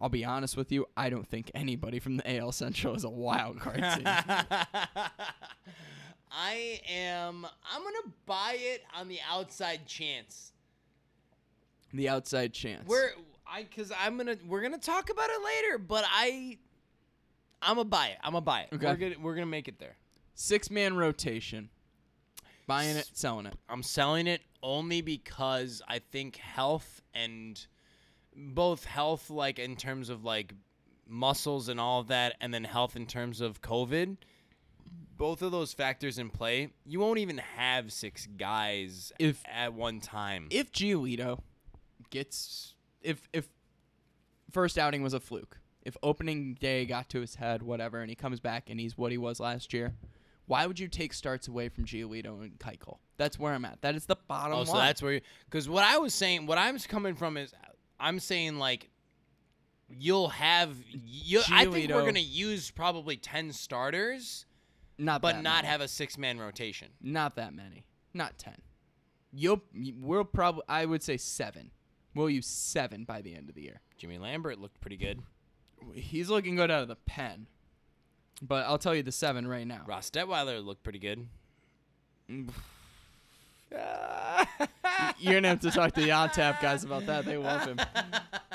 S2: I'll be honest with you, I don't think anybody from the AL Central is a wild card team.
S1: I am. I'm gonna buy it on the outside chance.
S2: the outside chance.
S1: We're I because I'm gonna we're gonna talk about it later, but I I'm gonna buy it. I'm gonna buy it.
S2: Okay.
S1: We're gonna we're gonna make it there.
S2: six man rotation. Buying it, selling it.
S1: I'm selling it only because I think health and both health like in terms of like muscles and all of that and then health in terms of COVID both of those factors in play you won't even have six guys
S2: If-
S1: at one time
S2: If Giolito gets if if first outing was a fluke, if opening day got to his head, whatever, and he comes back and he's what he was last year, why would you take starts away from Giolito and Keuchel? That's where I'm at. That is the bottom
S1: Oh,
S2: line.
S1: so that's where you. Because what I was saying, what I'm coming from is, I'm saying like, you'll have. You, I think we're
S2: Giolito.
S1: gonna use probably ten starters,
S2: not
S1: but
S2: that
S1: not
S2: many.
S1: have a six man rotation.
S2: not that many, not ten. You'll we'll probably I would say seven. We'll use seven by the end of the year.
S1: Jimmy Lambert looked pretty good.
S2: He's looking good out of the pen, but I'll tell you the seven right now.
S1: Ross Detweiler looked pretty good.
S2: You're gonna have to talk to the on tap guys about that. They love him.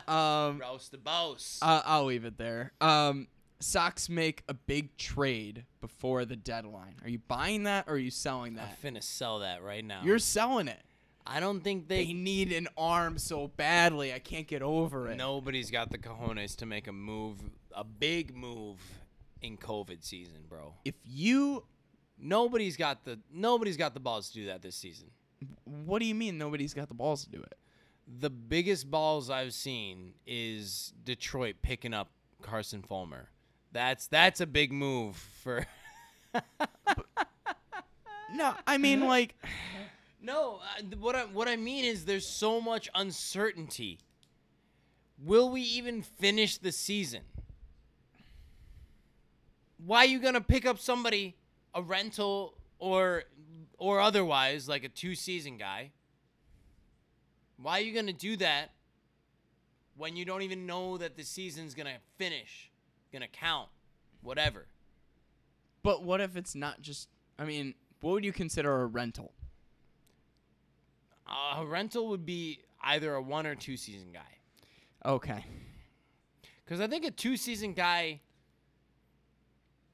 S2: Um,
S1: Roast the boss.
S2: I- I'll leave it there. Um, Sox make a big trade before the deadline. Are you buying that or are you selling
S1: I'm
S2: that?
S1: finna sell that right now.
S2: You're selling it.
S1: I don't think
S2: They
S1: they.
S2: need an arm so badly. I can't get over it.
S1: Nobody's got the cojones to make a move, a big move, in COVID season, bro.
S2: If you,
S1: Nobody's got the nobody's got the balls to do that this season.
S2: what do you mean nobody's got the balls to do it?
S1: the biggest balls I've seen is Detroit picking up Carson Fulmer. That's that's a big move for.
S2: No, I mean like
S1: No, I- what I what I mean is there's so much uncertainty. Will we even finish the season? Why you gonna pick up somebody, a rental or or otherwise, like a two season guy? Why are you gonna do that when you don't even know that the season's gonna finish, gonna count, whatever?
S2: But what if it's not just? I mean, what would you consider a rental?
S1: Uh, a rental would be either a one or two season guy.
S2: Okay.
S1: Because I think a two season guy,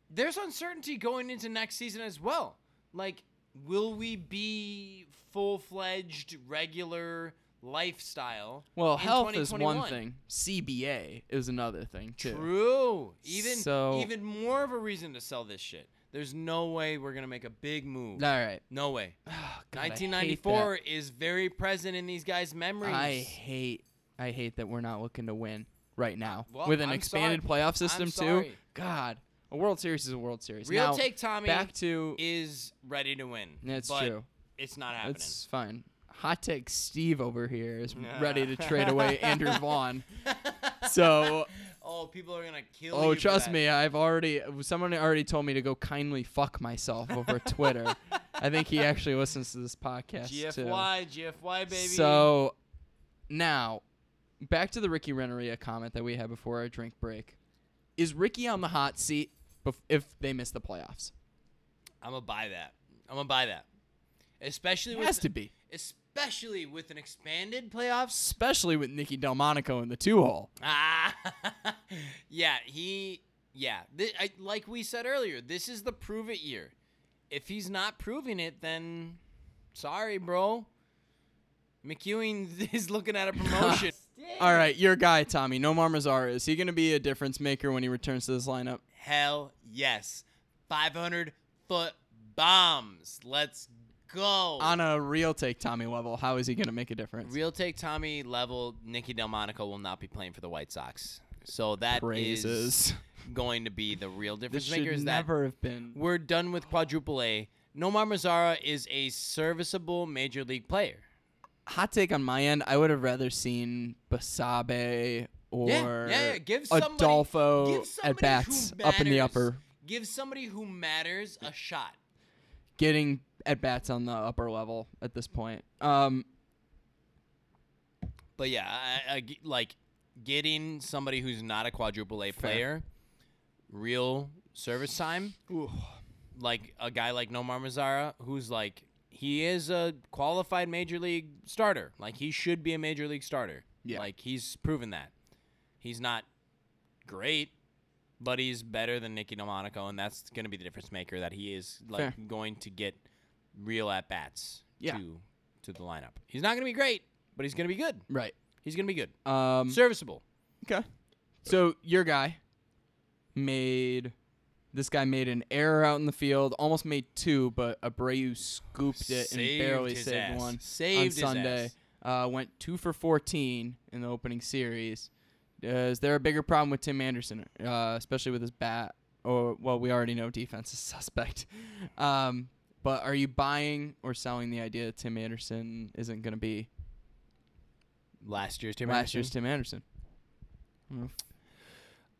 S1: there's uncertainty going into next season as well. Like, will we be full fledged, regular lifestyle?
S2: Well,
S1: in
S2: health is
S1: 2021?
S2: one thing. CBA is another thing too.
S1: True. Even
S2: So-
S1: even more of a reason to sell this shit. There's no way we're gonna make a big move.
S2: All right.
S1: No way.
S2: Oh, God, I hate
S1: 1994 is very present in these guys'
S2: that.
S1: memories.
S2: I hate. I hate that we're not looking to win right now
S1: Well,
S2: with an
S1: I'm
S2: expanded
S1: sorry.
S2: playoff system too.
S1: sorry.
S2: God, a World Series is a World Series.
S1: Real
S2: Now,
S1: take Tommy
S2: back to.
S1: is ready to win.
S2: That's
S1: but
S2: true.
S1: It's not happening.
S2: It's fine. Hot take Steve over here is ready to trade away Andrew Vaughn. So
S1: Oh, people are gonna kill you.
S2: Oh,
S1: for
S2: trust
S1: that.
S2: me, I've already someone already told me to go kindly fuck myself over Twitter. I think he actually listens to this podcast
S1: GFY, GFY,
S2: too.
S1: baby.
S2: So now, back to the Ricky Renneria comment that we had before our drink break. Is Ricky on the hot seat bef- if they miss the playoffs?
S1: I'm gonna buy that. I'm gonna buy that. Especially
S2: It
S1: with
S2: has to be,
S1: especially with an expanded playoffs.
S2: especially with Nicky Delmonico in the two hole.
S1: Ah, yeah. He, yeah. Thi- I, like we said earlier, this is the prove it year. If he's not proving it, then sorry, bro. McEwing is looking at a promotion.
S2: All right, your guy Tommy. Nomar Mazar is he going to be a difference maker when he returns to this lineup?
S1: Hell yes. 500 foot bombs. Let's go.
S2: On a real take Tommy level, how is he going to make a difference?
S1: Real take Tommy level, Nicky Delmonico will not be playing for the White Sox. So that is
S2: Praises.
S1: going to be the real
S2: This
S1: difference
S2: should
S1: maker. Is that
S2: never have been.
S1: we're done with quadruple A. Nomar Mazzara is a serviceable major league player.
S2: Hot take on my end. I would have rather seen Basabe or
S1: yeah, yeah, yeah. Give somebody,
S2: Adolfo
S1: give
S2: at
S1: somebody who
S2: bats up in the
S1: matters-
S2: upper,
S1: Give somebody who matters a shot.
S2: getting at bats on the upper level at this point. Um,
S1: But yeah, I, I g- like getting somebody who's not a quadruple A player, real service time, like a guy like Nomar Mazzara, who's like he is a qualified major league starter. Like he should be a major league starter.
S2: Yeah.
S1: Like he's proven that. He's not great, but he's better than Nicky Delmonico, and that's going to be the difference maker. That he is like
S2: Fair.
S1: going to get real at bats
S2: Yeah.
S1: to to the lineup. He's not going to be great, but he's going to be good.
S2: right.
S1: He's gonna be good,
S2: Um,
S1: serviceable.
S2: Okay. So your guy made this guy made an error out in the field, almost made two, but Abreu scooped it and
S1: Saved
S2: barely
S1: his
S2: saved
S1: ass.
S2: one
S1: Saved
S2: on
S1: his
S2: Sunday.
S1: ass.
S2: Uh, went two for fourteen in the opening series. Uh, is there a bigger problem with Tim Anderson, uh, especially with his bat? Or well, we already know defense is suspect. Um, but are you buying or selling the idea that Tim Anderson isn't going to be
S1: Last year's Tim.
S2: last year's
S1: Anderson.
S2: Tim Anderson. I'm gonna,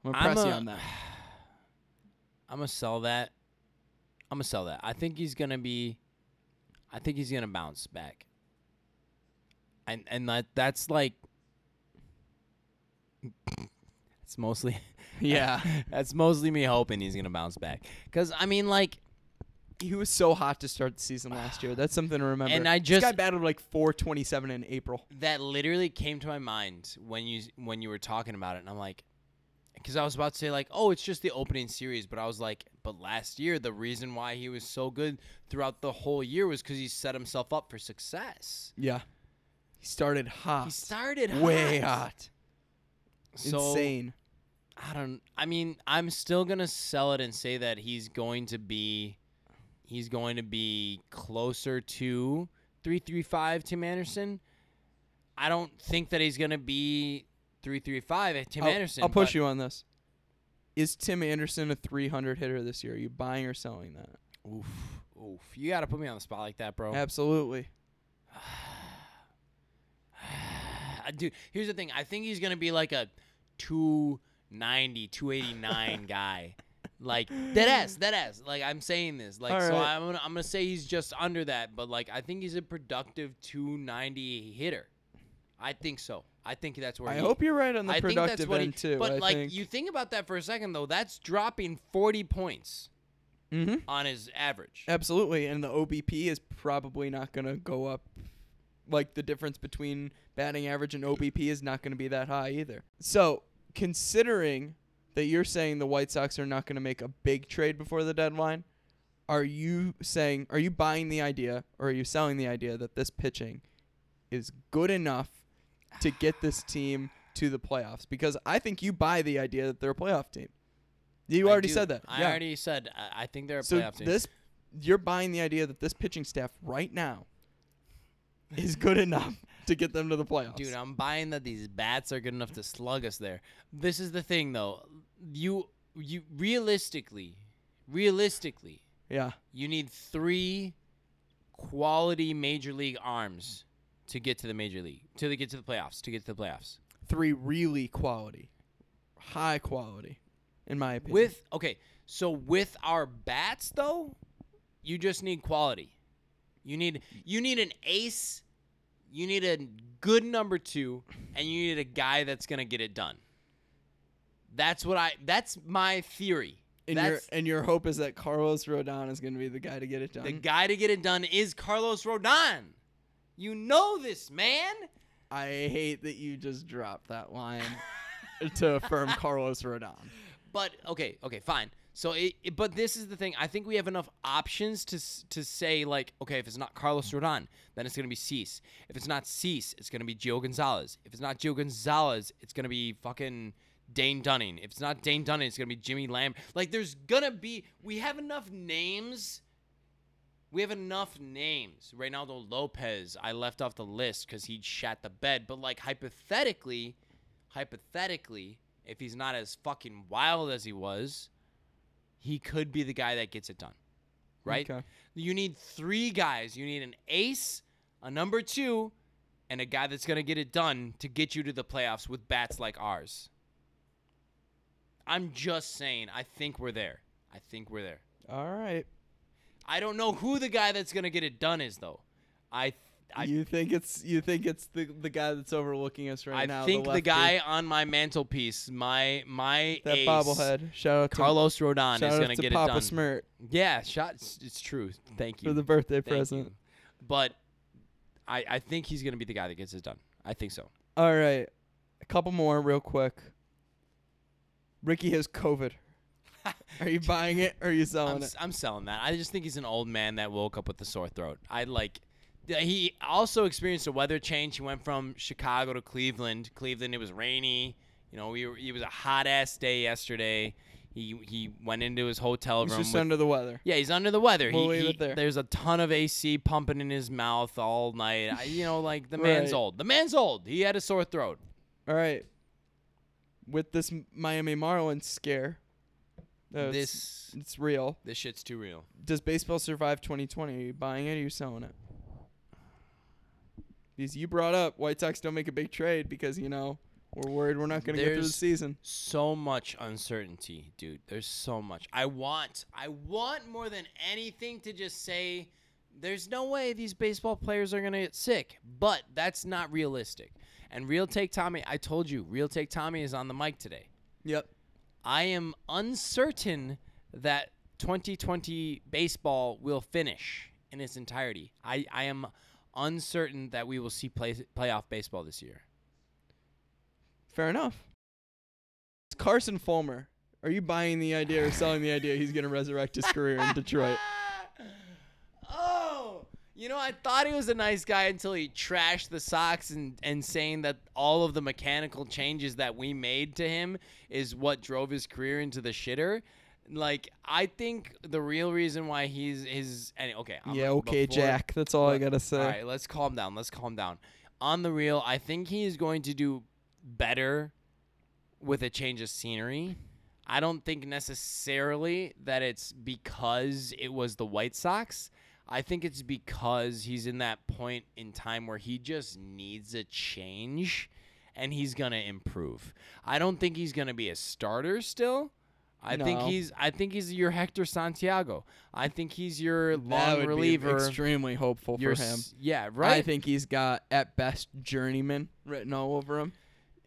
S2: I'm gonna
S1: I'm
S2: press you
S1: a-
S2: on that.
S1: I'm gonna sell that. I'm gonna sell that. I think he's gonna be. I think he's gonna bounce back. And and that that's like. It's mostly
S2: Yeah,
S1: that's mostly me hoping he's gonna bounce back. Cause I mean like
S2: he was so hot to start the season last year. That's something to remember.
S1: And I
S2: this guy
S1: just-
S2: battled like 427 in April.
S1: that literally came to my mind when you when you were talking about it, and I'm like, because I was about to say like, oh, it's just the opening series, but I was like, but last year the reason why he was so good throughout the whole year was because he set himself up for success.
S2: Yeah, he started hot,
S1: He started
S2: Ah, way hot,
S1: So,
S2: insane.
S1: I don't. I mean, I'm still gonna sell it and say that he's going to be, he's going to be closer to three three five Tim Anderson. I don't think that he's gonna be three three five at Tim
S2: I'll,
S1: Anderson.
S2: I'll push
S1: but-
S2: you on this. Is Tim Anderson a 300 hitter this year? Are you buying or selling that?
S1: Oof, oof. You gotta put me on the spot like that, bro.
S2: Absolutely.
S1: I- Uh, Dude, here's the thing. I think he's gonna be like a 290, 289 guy. Like that ass, that ass. Like I'm saying this. Like
S2: All
S1: so,
S2: right.
S1: I'm gonna, I'm gonna say he's just under that, but like I think he's a productive 290 hitter. I think so. I think that's where.
S2: I
S1: he-
S2: hope you're right on the
S1: I think
S2: productive
S1: that's what he-
S2: end too.
S1: But
S2: I
S1: like
S2: think.
S1: you think about that for a second though, that's dropping 40 points
S2: Mhm.
S1: on his average.
S2: Absolutely, and the OBP is probably not going to go up. Like the difference between batting average and OBP is not going to be that high either. So, considering that you're saying the White Sox are not going to make a big trade before the deadline, are you saying are you buying the idea or are you selling the idea that this pitching is good enough to get this team to the playoffs? Because I think you buy the idea that they're a playoff team. You
S1: I
S2: already
S1: do.
S2: said that.
S1: I
S2: yeah
S1: already said. I, I think they're a
S2: so
S1: playoff team.
S2: this you're buying the idea that this pitching staff right now is good enough to get them to the playoffs.
S1: Dude, I'm buying that these bats are good enough to slug us there. This is the thing though. You you realistically, realistically,
S2: yeah,
S1: you need 3 quality major league arms to get to the major league, to the, get to the playoffs, to get to the playoffs.
S2: three really quality, high quality, in my opinion.
S1: With okay, so with our bats though, you just need quality. You need you need an ace, you need a good number 2, and you need a guy that's going to get it done. That's what I that's my theory.
S2: and your
S1: that's
S2: and your hope is that Carlos Rodon is going to be the guy to get it done.
S1: the guy to get it done is Carlos Rodon. You know this, man.
S2: I hate that you just dropped that line to affirm Carlos Rodon.
S1: But okay, okay, fine. So, it, it- but this is the thing. I think we have enough options to s- to say like, okay, if it's not Carlos Rodon, then it's gonna be Cease. If it's not Cease, it's gonna be Gio Gonzalez. If it's not Gio Gonzalez, it's gonna be fucking Dane Dunning. If it's not Dane Dunning, it's gonna be Jimmy Lamb. Like, there's gonna be. We have enough names. We have enough names. Reynaldo Lopez, I left off the list because he shat the bed. But like hypothetically, hypothetically, if he's not as fucking wild as he was, he could be the guy that gets it done. Right?
S2: Okay.
S1: You need three guys. You need an ace, a number two, and a guy that's going to get it done to get you to the playoffs with bats like ours. I'm just saying, I think we're there. I think we're there.
S2: All right.
S1: I don't know who the guy that's gonna get it done is though. I I
S2: you think it's you think it's the the guy that's overlooking us right
S1: I
S2: now?
S1: think the,
S2: lefty,
S1: guy on my mantelpiece, my my
S2: that
S1: ace,
S2: bobblehead. Shout out to
S1: Carlos Rodon,
S2: shout
S1: is
S2: out
S1: gonna
S2: to
S1: get
S2: Papa
S1: it done.
S2: Smurt
S1: yeah, shot. It's, it's true. Thank you
S2: for the birthday
S1: Thank you.
S2: present.
S1: But I I think he's gonna be the guy that gets it done. I think so.
S2: All right, a couple more real quick. Ricky has COVID. Are you buying it or are you selling
S1: I'm,
S2: it?
S1: s- I'm selling that. I just think he's an old man that woke up with a sore throat. I like. th- He also experienced a weather change. He went from Chicago to Cleveland. Cleveland, it was rainy. You know, we were, it was a hot ass day yesterday. He he went into his hotel
S2: He's
S1: room.
S2: just
S1: with-
S2: under the weather.
S1: yeah, he's under the weather.
S2: We'll
S1: he,
S2: leave
S1: he-
S2: it there.
S1: There's a ton of AC pumping in his mouth all night. I, you know, like the man's
S2: Right.
S1: old. The man's old. He had a sore throat.
S2: All right. With this M- Miami Marlins scare, uh, it's-
S1: this
S2: it's real.
S1: this shit's too real.
S2: Does baseball survive 2020? Are you buying it or are you selling it? Because you brought up White Sox don't make a big trade because you know we're worried we're not going to get through the
S1: There's-
S2: season.
S1: so much uncertainty, dude. There's so much. I want, I want more than anything to just say, there's no way these baseball players are gonna get sick, but that's not realistic. And real take Tommy, I told you, real take Tommy is on the mic today.
S2: Yep.
S1: I am uncertain that 2020 baseball will finish in its entirety. I, I am uncertain that we will see play, playoff baseball this year.
S2: Fair enough. Carson Fulmer. Are you buying the idea or selling the idea he's going to resurrect his career in Detroit?
S1: oh, you know, I thought he was a nice guy until he trashed the Sox and, and saying that all of the mechanical changes that we made to him is what drove his career into the shitter. Like, I think the real reason why he's his. Any, okay. I'm
S2: yeah,
S1: gonna-
S2: okay,
S1: before-
S2: Jack. That's all I
S1: but-
S2: got to say.
S1: All right, let's calm down. Let's calm down. On the real, I think he is going to do better with a change of scenery. I don't think necessarily that it's because it was the White Sox. I think it's because he's in that point in time where he just needs a change and he's going to improve. I don't think he's going to be a starter still. I think
S2: No.
S1: he's I think he's your Hector Santiago. I think he's your
S2: That
S1: long
S2: would be
S1: reliever.
S2: extremely hopeful
S1: You're
S2: for him.
S1: s- Yeah, right.
S2: I think he's got at best journeyman written all over him,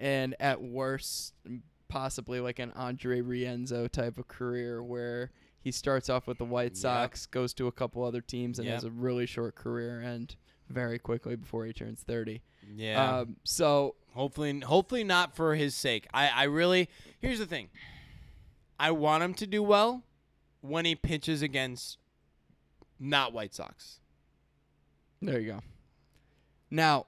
S2: and at worst possibly like an Andre Rienzo type of career where he starts off with the White
S1: Yep.
S2: Sox, goes to a couple other teams, and has a
S1: Yep.
S2: really short career end very quickly before he turns thirty.
S1: yeah.
S2: Um, so
S1: hopefully, hopefully not for his sake. I, I really. Here's the thing. I want him to do well when he pitches against not White Sox.
S2: There you go. Now,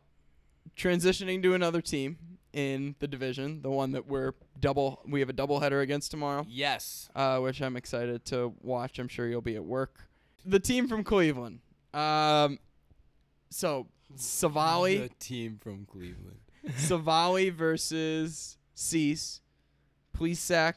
S2: transitioning to another team in the division, the one that we're double we have a double header against tomorrow,
S1: Yes.
S2: uh, which I'm excited to watch. I'm sure you'll be at work. The team from Cleveland. Um, so Savali,
S1: team from Cleveland.
S2: Savali versus Cease, Plesac.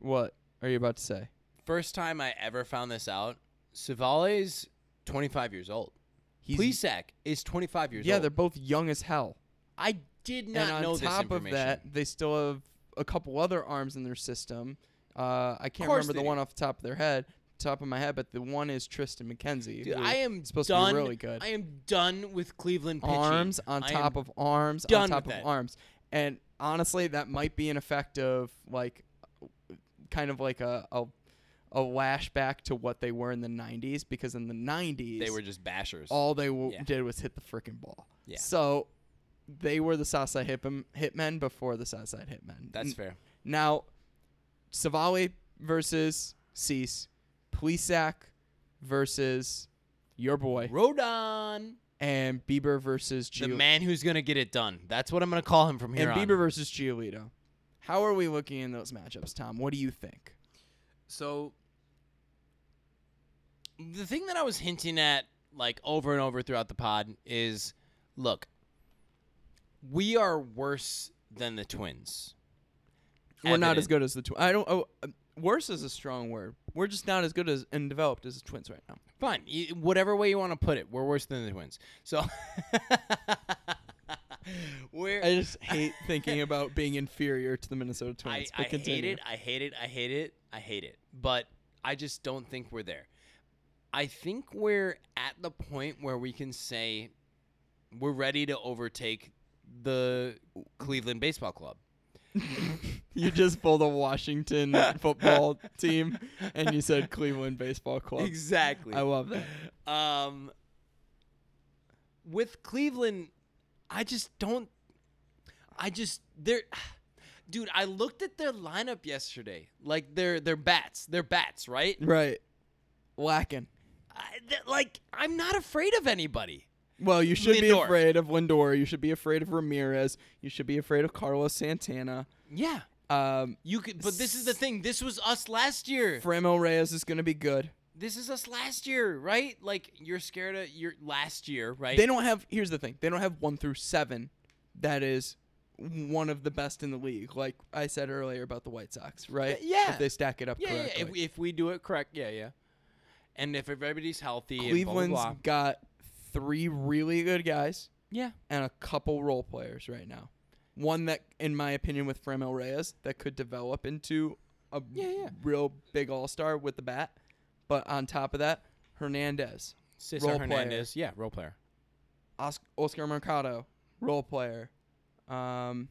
S2: What are you about to say?
S1: First time I ever found this out. Savale's 25 years old.
S2: He's-
S1: Plesac is 25 years
S2: yeah,
S1: old.
S2: they're both young as hell.
S1: I did not
S2: and on
S1: know this
S2: top of
S1: information.
S2: that, they still have a couple other arms in their system. Uh, I can't
S1: course
S2: remember
S1: they
S2: the
S1: do.
S2: one off the top of their head, top of my head, but the one is Tristan McKenzie.
S1: Dude,
S2: who
S1: I am
S2: supposed
S1: done.
S2: to be really good.
S1: I am done with Cleveland pitching.
S2: arms on
S1: I am
S2: top of arms on
S1: done
S2: top of
S1: with that.
S2: arms, and honestly, that might be an effect of like, kind of like a. a a lash back to what they were in the 90s because in the 90s
S1: They were just bashers.
S2: all they w-
S1: Yeah.
S2: did was hit the freaking ball.
S1: Yeah.
S2: So they were the Southside Hitmen, hitmen before the Southside Hitmen.
S1: That's
S2: N-
S1: fair.
S2: Now, Savali versus Cease, Plesac versus your boy,
S1: Rodon,
S2: and Bieber versus
S1: the
S2: Giolito.
S1: man who's gonna get it done. That's what I'm gonna call him from
S2: and
S1: here on.
S2: Bieber versus Giolito. How are we looking in those matchups, Tom? What do you think?
S1: So the thing that I was hinting at like over and over throughout the pod is look, we are worse than the twins.
S2: We're not as
S1: Evident.
S2: good as the Twins. I don't. Oh, uh, worse is a strong word. We're just not as good as and developed as the Twins right now.
S1: Fine, y- whatever way you want to put it, we're worse than the twins. So we're
S2: I just hate thinking about being inferior to the Minnesota
S1: I,
S2: Twins.
S1: I
S2: but continue.
S1: hate it. I hate it. I hate it. I hate it. But I just don't think we're there. I think we're at the point where we can say we're ready to overtake the Cleveland Baseball Club.
S2: You just pulled a Washington football team and you said Cleveland Baseball Club.
S1: Exactly.
S2: I love that.
S1: Um, with Cleveland, I just don't. I just they're, dude. I looked at their lineup yesterday. Like their their bats, their bats, right?
S2: Right. Lacking.
S1: I, that- like I'm not afraid of anybody.
S2: Well, you should be
S1: Lindor.
S2: afraid of Lindor. You should be afraid of Ramirez. You should be afraid of Carlos Santana.
S1: Yeah,
S2: Um,
S1: you could. But this is the thing. This was us last year.
S2: Framil Reyes is going to be good.
S1: This is us last year, right? Like you're scared of your last year, right?
S2: They don't have. Here's the thing. They don't have one through seven. That is one of the best in the league. Like I said earlier about the White Sox, right?
S1: yeah.
S2: If they stack it up
S1: yeah, yeah,
S2: correctly.
S1: If, we- if we do it correct, yeah, yeah. And if everybody's healthy, and blah, blah,
S2: Cleveland's
S1: blah.
S2: got three really good guys
S1: yeah.
S2: and a couple role players right now. One that, in my opinion, with Framil Reyes, that could develop into a
S1: Yeah, yeah.
S2: real big all star with the bat. But on top of that, Hernandez,
S1: Cesar
S2: Role player.
S1: Hernandez. Yeah, role player.
S2: Os- Oscar Mercado, role player, um,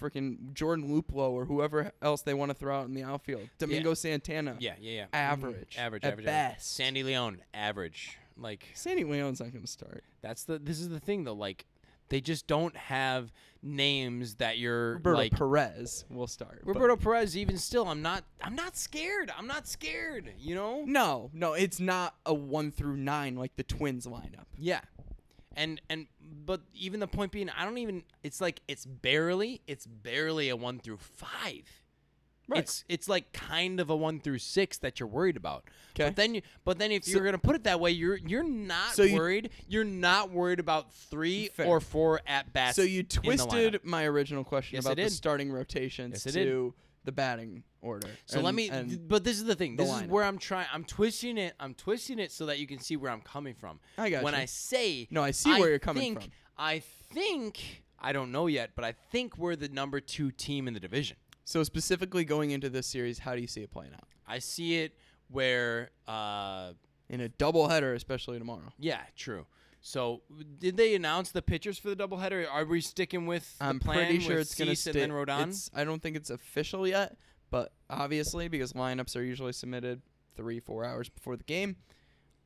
S2: freaking Jordan Luplo or whoever else they want to throw out in the outfield. Domingo Santana,
S1: Yeah, yeah, yeah. Average,
S2: average, at
S1: average, average.
S2: best.
S1: Sandy Leone, average. Like
S2: Sandy Leon's not going to start.
S1: that's the this is the thing though. Like they just don't have names that you're
S2: Roberto
S1: like
S2: Perez will start. but-
S1: Roberto Perez. Even still, I'm not. I'm not scared. I'm not scared. You know.
S2: No, no, it's not a one through nine like the Twins lineup.
S1: Yeah. And and but even the point being, I don't even. It's like it's barely. It's barely a one through five.
S2: Right.
S1: It's it's like kind of a one through six that you're worried about.
S2: 'Kay.
S1: But then you but then if
S2: So-
S1: you're gonna put it that way, you're you're not
S2: So you-
S1: worried. You're not worried about three
S2: Fair.
S1: or four at bats.
S2: so you
S1: the lineup.
S2: twisted my original question
S1: Yes, I
S2: about the
S1: did.
S2: starting rotations
S1: Yes, I did.
S2: to the batting order.
S1: So let
S2: and-
S1: me.
S2: and-
S1: th- but this is the thing.
S2: the
S1: This
S2: lineup.
S1: is where I'm trying. I'm twisting it. I'm twisting it so that you can see where I'm coming from.
S2: I got
S1: When
S2: you.
S1: I say
S2: No, I see where you're coming
S1: think-
S2: from.
S1: I think I don't know yet, but I think we're the number two team in the division.
S2: so specifically going into this series, how do you see it playing out
S1: I see it where. Uh,
S2: in a doubleheader, especially tomorrow?
S1: yeah, true. So, did they announce the pitchers for the doubleheader? Are we sticking with
S2: I'm
S1: the plan
S2: pretty sure
S1: with
S2: it's going to
S1: Cease and then Rodon?
S2: I don't think it's official yet, but obviously because lineups are usually submitted three, four hours before the game.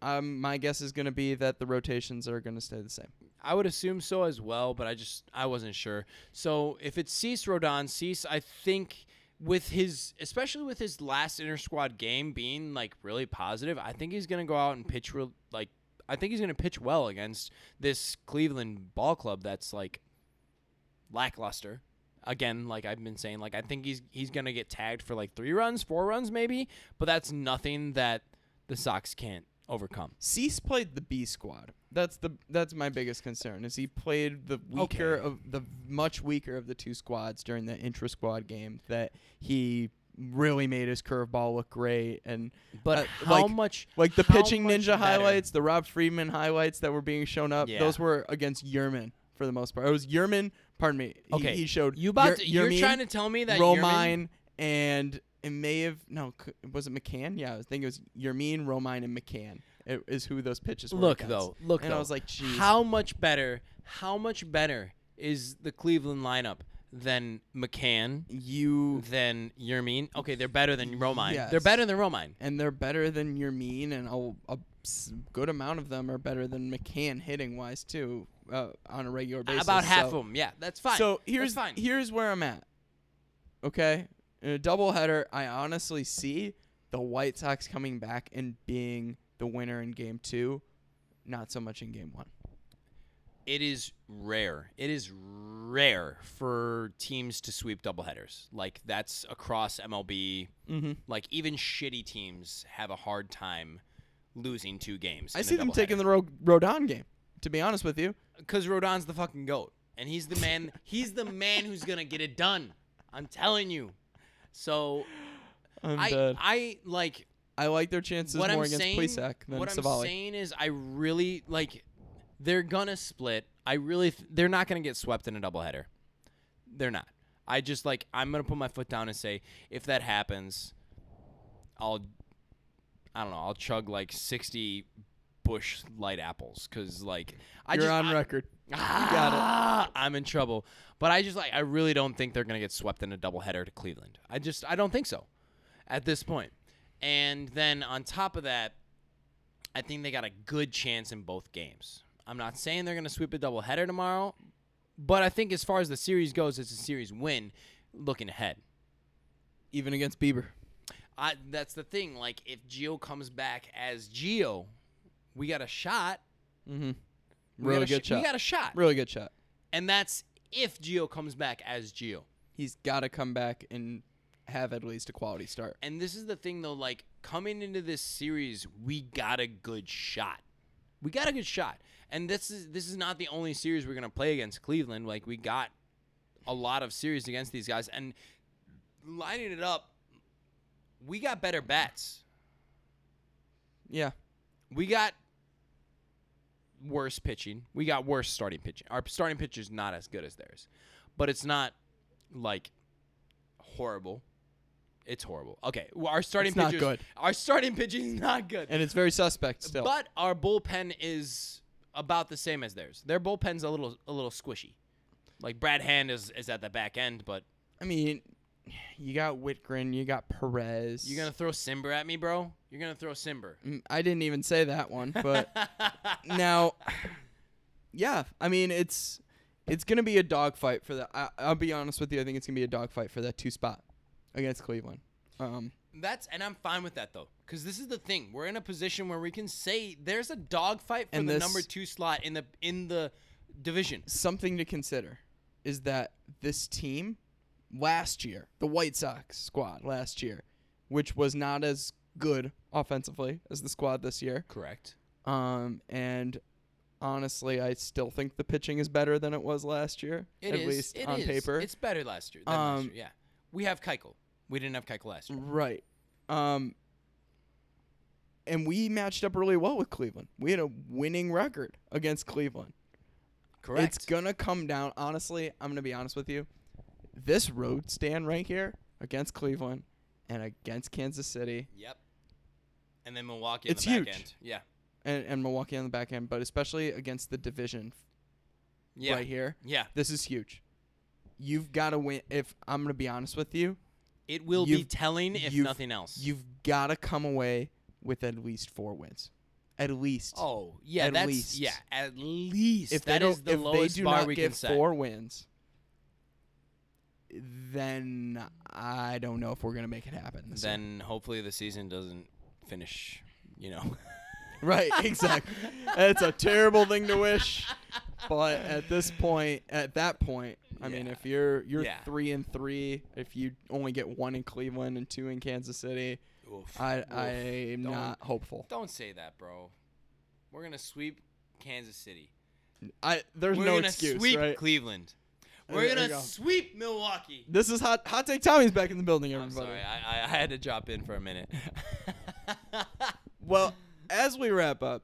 S2: Um, my guess is going to be that the rotations are going to stay the same.
S1: I would assume so as well, but I just I wasn't sure. So if it's Cease Rodon Cease, I think with his especially with his last inter squad game being like really positive, I think he's gonna go out and pitch real like I think he's gonna pitch well against this Cleveland ball club that's like lackluster. Again, like I've been saying, like I think he's he's gonna get tagged for like three runs, four runs maybe, but that's nothing that the Sox can't overcome.
S2: Cease played the B squad. That's the that's my biggest concern. Is he played the weaker
S1: Okay.
S2: of the much weaker of the two squads during the intra squad game that he really made his curveball look great and
S1: But
S2: uh,
S1: how
S2: like-
S1: much
S2: like the
S1: how
S2: pitching
S1: much
S2: ninja
S1: better-
S2: highlights, the Rob Friedman highlights that were being shown up,
S1: Yeah.
S2: those were against Yerman for the most part. It was Yerman, pardon me. he-
S1: Okay,
S2: he, showed
S1: You about
S2: Yer-
S1: to, you're
S2: Yermin,
S1: trying to tell me that Yermin,
S2: Romine and it may have no c- was it McCann? Yeah, I think it was Yermin, Romine, and McCann i- is who those pitches were.
S1: Look
S2: against.
S1: though, look
S2: and
S1: though.
S2: I was like, "Jeez,
S1: how much better? How much better is the Cleveland lineup than McCann?
S2: you."
S1: Than Yermin? Okay, they're better than Romine. They're
S2: Yes.
S1: better than Romine.
S2: And they're better than Yermin, and a, a s- good amount of them are better than McCann hitting wise too uh, on a regular basis.
S1: About half
S2: so-
S1: of them. Yeah, that's fine.
S2: So here's
S1: that's fine.
S2: here's where I'm at. Okay, in a doubleheader, I honestly see the White Sox coming back and being the winner in Game Two, not so much in Game One.
S1: it is rare. It is rare for teams to sweep doubleheaders. Like that's across MLB.
S2: Mm-hmm.
S1: Like even shitty teams have a hard time losing two games.
S2: I see them taking the Ro- Rodon game. To be honest with you,
S1: because Rodon's the fucking goat, and he's the man. he's the man who's gonna get it done. I'm telling you. So
S2: I'm
S1: I,
S2: dead.
S1: I like
S2: I like their chances
S1: what
S2: more
S1: I'm
S2: against
S1: saying.
S2: Plesac than
S1: what I'm
S2: Savali.
S1: saying is, I really like. They're gonna split. I really. Th- they're not gonna get swept in a doubleheader. They're not. I just like. I'm gonna put my foot down and say, if that happens, I'll. I don't know. I'll chug like sixty bush light apples because like I
S2: You're
S1: just
S2: on
S1: I-
S2: record.
S1: Ah, I'm in trouble. But I just like I really don't think they're gonna get swept in a doubleheader to Cleveland. I just I don't think so at this point. And then on top of that, I think they got a good chance in both games. I'm not saying they're gonna sweep a doubleheader tomorrow, but I think as far as the series goes, it's a series win. Looking ahead,
S2: Even against Bieber.
S1: I that's the thing. Like if Geo comes back as Geo, we got a shot.
S2: Mm-hmm.
S1: We
S2: Really
S1: got a
S2: good
S1: sh-
S2: shot.
S1: We got a shot,
S2: Really good shot.
S1: and that's if Geo comes back as Geo.
S2: He's got to come back and have at least a quality start.
S1: And this is the thing though, like coming into this series, we got a good shot. We got a good shot. And this is this is not the only series we're gonna play against Cleveland. Like we got a lot of series against these guys and lining it up, we got better bats.
S2: Yeah.
S1: We got worse pitching. We got worse starting pitching. Our starting pitcher's not as good as theirs. But it's not like horrible. It's horrible. Okay. Well, our starting
S2: It's not
S1: pitchers-
S2: good.
S1: Our starting pitching is not good.
S2: And it's very suspect still.
S1: But our bullpen is about the same as theirs. Their bullpen's a little a little squishy. Like Brad Hand is, is at the back end, but
S2: I mean, you got Whitgren, you got Perez.
S1: you're gonna throw Simber at me, bro? You're gonna throw Simber.
S2: Mm, I didn't even say that one, but now, yeah, I mean it's it's gonna be a dogfight for that. I, I'll be honest with you, I think it's gonna be a dogfight for that two spot against Cleveland. Um,
S1: That's and I'm fine with that though, because this is the thing. We're in a position where we can say there's a dogfight for
S2: And
S1: the
S2: this-
S1: number two slot in the in the division.
S2: something to consider is that this team last year, the White Sox squad last year, which was not as good offensively as the squad this year,
S1: Correct.
S2: Um, and honestly, I still think the pitching is better than it was last year,
S1: It
S2: at
S1: is-
S2: least
S1: it
S2: on
S1: is.
S2: paper.
S1: It's better last year. Than last
S2: Um,
S1: year. Yeah, we have Keuchel. We didn't have Keuchel last year.
S2: right. Um, and we matched up really well with Cleveland. We had a winning record against Cleveland.
S1: Correct.
S2: It's gonna come down. Honestly, I'm gonna be honest with you. This road stand right here against Cleveland and against Kansas City
S1: Yep. And then Milwaukee.
S2: It's
S1: on the back
S2: huge.
S1: End. Yeah.
S2: and, and Milwaukee on the back end, but especially against the division
S1: Yeah.
S2: right here.
S1: Yeah.
S2: This is huge. You've got to win. If I'm going to be honest with you,
S1: It will be
S2: You've-
S1: telling if
S2: you've-
S1: nothing else.
S2: you've got to come away with at least four wins. At least.
S1: Oh yeah,
S2: At
S1: that's
S2: least.
S1: yeah. At least
S2: if they
S1: that
S2: don't,
S1: is the
S2: if
S1: lowest
S2: they do
S1: bar
S2: not
S1: we
S2: get
S1: can set.
S2: four wins, then I don't know if we're going to make it happen. this year.
S1: Then hopefully the season doesn't finish. You know.
S2: right, exactly. It's a terrible thing to wish, but at this point, at that point, I mean,
S1: Yeah.
S2: if you're you're
S1: Yeah.
S2: three and three, if you only get one in Cleveland and two in Kansas City,
S1: Oof.
S2: I
S1: Oof.
S2: I am
S1: Don't-
S2: not hopeful.
S1: Don't say that, bro. We're gonna sweep Kansas City.
S2: I there's
S1: We're
S2: no
S1: gonna
S2: excuse,
S1: sweep
S2: right?
S1: Cleveland. We're
S2: There you
S1: gonna
S2: go.
S1: sweep Milwaukee.
S2: This is hot. Hot take. Tommy's back in the building,
S1: I'm
S2: everybody.
S1: sorry, I, I, I had to drop in for a minute.
S2: Well, as we wrap up,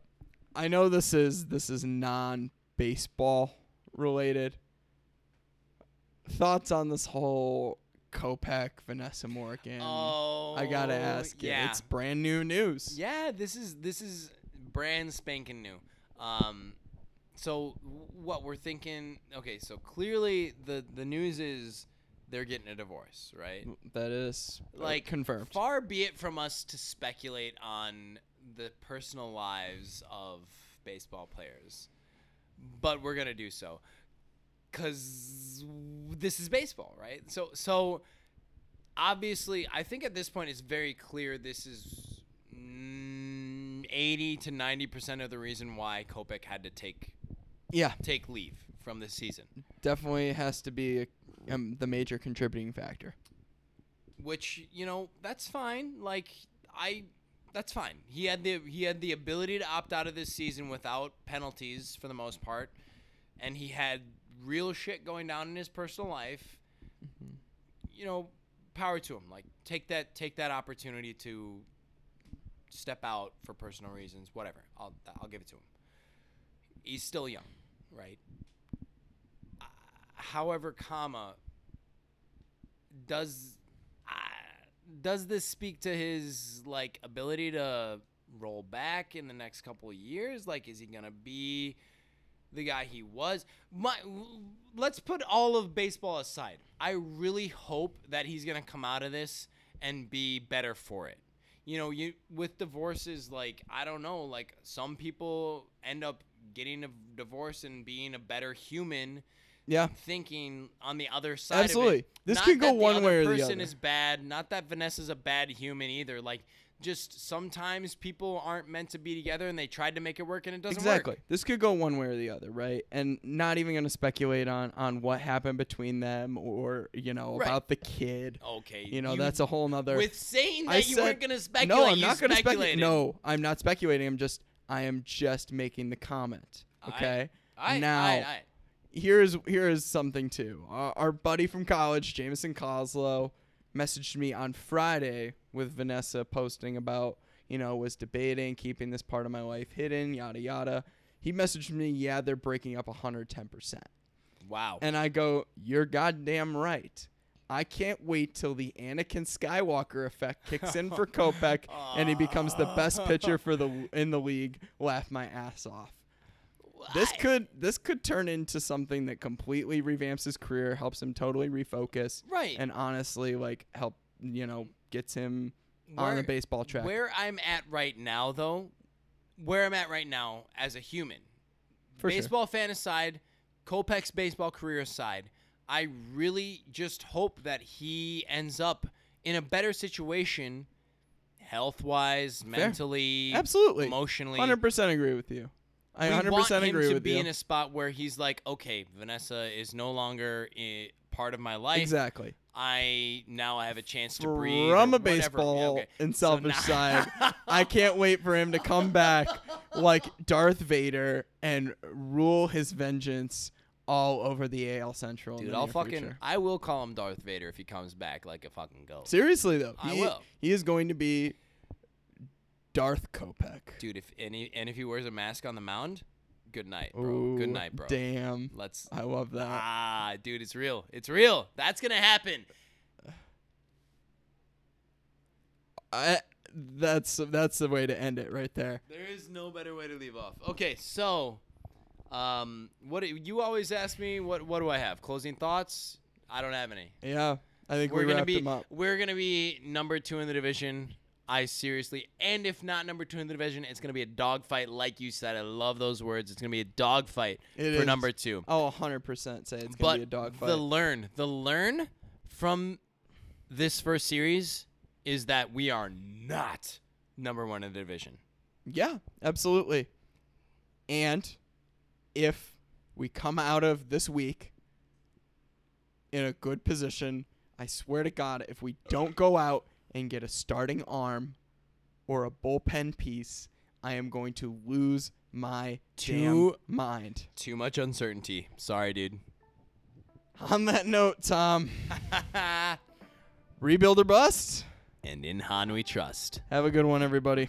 S2: I know this is this is non baseball related. Thoughts on this whole Kopac Vanessa Morgan?
S1: oh,
S2: I gotta ask you.
S1: Yeah,
S2: It's brand new news.
S1: yeah. This is this is brand spanking new. Um, so w- what we're thinking? Okay, so clearly the the news is they're getting a divorce, right?
S2: That is uh,
S1: like
S2: confirmed.
S1: Far be it from us to speculate on the personal lives of baseball players, but we're gonna do so because this is baseball, right? So, so obviously, I think at this point it's very clear this is mm, eighty to ninety percent of the reason why Kopech had to take
S2: yeah,
S1: take leave from this season.
S2: definitely has to be um, the major contributing factor.
S1: which you know that's fine like i that's fine he had the he had the ability to opt out of this season without penalties for the most part and he had real shit going down in his personal life you know power to him like take that take that opportunity to step out for personal reasons whatever i'll i'll give it to him he's still young right Uh, however comma does I- uh, does this speak to his like ability to roll back in the next couple of years? Like, is he gonna be the guy he was? My, let's put all of baseball aside. I really hope that he's gonna come out of this and be better for it. You know, you with divorces, like I don't know, like some people end up getting a divorce and being a better human
S2: Yeah.
S1: thinking on the other side. Of
S2: Absolutely.
S1: it.
S2: This
S1: Not
S2: could go
S1: that the
S2: one
S1: other
S2: way or the
S1: person
S2: other.
S1: is bad. Not that Vanessa's a bad human either. Like, just sometimes people aren't meant to be together, and they tried to make it work, and it doesn't
S2: exactly.
S1: work.
S2: This could go one way or the other, right? And not even going to speculate on on what happened between them or you know
S1: Right.
S2: about the kid.
S1: Okay.
S2: You know that's a whole nother.
S1: with saying that
S2: I
S1: you
S2: said-
S1: weren't going to speculate.
S2: no, I'm
S1: you
S2: not going to speculate.
S1: speculated.
S2: No, I'm not speculating. I'm just I am just making the comment.
S1: All right.
S2: Okay.
S1: I,
S2: now
S1: I, I,
S2: here is here is something too. Our, our buddy from college, Jameson Coslow, messaged me on Friday with Vanessa posting about you know was debating keeping this part of my life hidden, yada yada. He messaged me, yeah, they're breaking up 110 percent.
S1: wow.
S2: And I go, You're goddamn right. I can't wait till the Anakin Skywalker effect kicks in for Kopech and he becomes the best pitcher for the in the league. Laugh my ass off. This
S1: I-
S2: could this could turn into something that completely revamps his career, helps him totally refocus,
S1: Right.
S2: and honestly, like help you know gets him on the
S1: Where-
S2: baseball track.
S1: Where I'm at right now, though, where I'm at right now as a human,
S2: For sure.
S1: baseball fan aside, Kopech's baseball career aside, I really just hope that he ends up in a better situation, health wise, mentally,
S2: Absolutely,
S1: emotionally.
S2: hundred percent agree with you. I
S1: We
S2: hundred
S1: want him
S2: percent agree
S1: to
S2: with
S1: be
S2: you.
S1: in a spot where he's like, okay, Vanessa is no longer i part of my life.
S2: exactly.
S1: I now I have a chance to breathe.
S2: from
S1: or
S2: a
S1: whatever. Yeah,
S2: baseball
S1: okay.
S2: and
S1: So
S2: selfish
S1: now-
S2: side. I can't wait for him to come back like Darth Vader and rule his vengeance all over the AL Central. in
S1: Dude,
S2: the
S1: I'll
S2: near
S1: fucking
S2: future.
S1: I will call him Darth Vader if he comes back like a fucking goat.
S2: Seriously though,
S1: I
S2: he,
S1: will.
S2: He is going to be Darth Kopech.
S1: Dude, if any and if he wears a mask on the mound, good night, bro.
S2: Ooh, Uh,
S1: good night, bro.
S2: Damn,
S1: Let's
S2: I love that.
S1: Ah, dude, it's real. It's real. That's going to happen.
S2: I, that's that's the way to end it right there.
S1: There is no better way to leave off. Okay, so um what do- you always ask me what what do I have? Closing thoughts? I don't have any.
S2: Yeah, I think
S1: We're
S2: we
S1: going to
S2: wrapped
S1: be
S2: him up.
S1: we're going to be number 2 in the division. I seriously, and if not number two in the division, it's going to be a dogfight, like you said. I love those words. It's going to be a dogfight
S2: It
S1: for
S2: is.
S1: number two.
S2: Oh, 100% say it's going
S1: but
S2: to be a dog fight.
S1: the learn the learn from this first series is that we are not number one in the division
S2: Yeah, absolutely. And if we come out of this week in a good position, I swear to God, if we don't go out and get a starting arm or a bullpen piece, I am going to lose my damn
S1: Too-
S2: mind.
S1: too much uncertainty sorry dude
S2: On that note, Tom, rebuild or bust.
S1: and in han we trust
S2: Have a good one, everybody.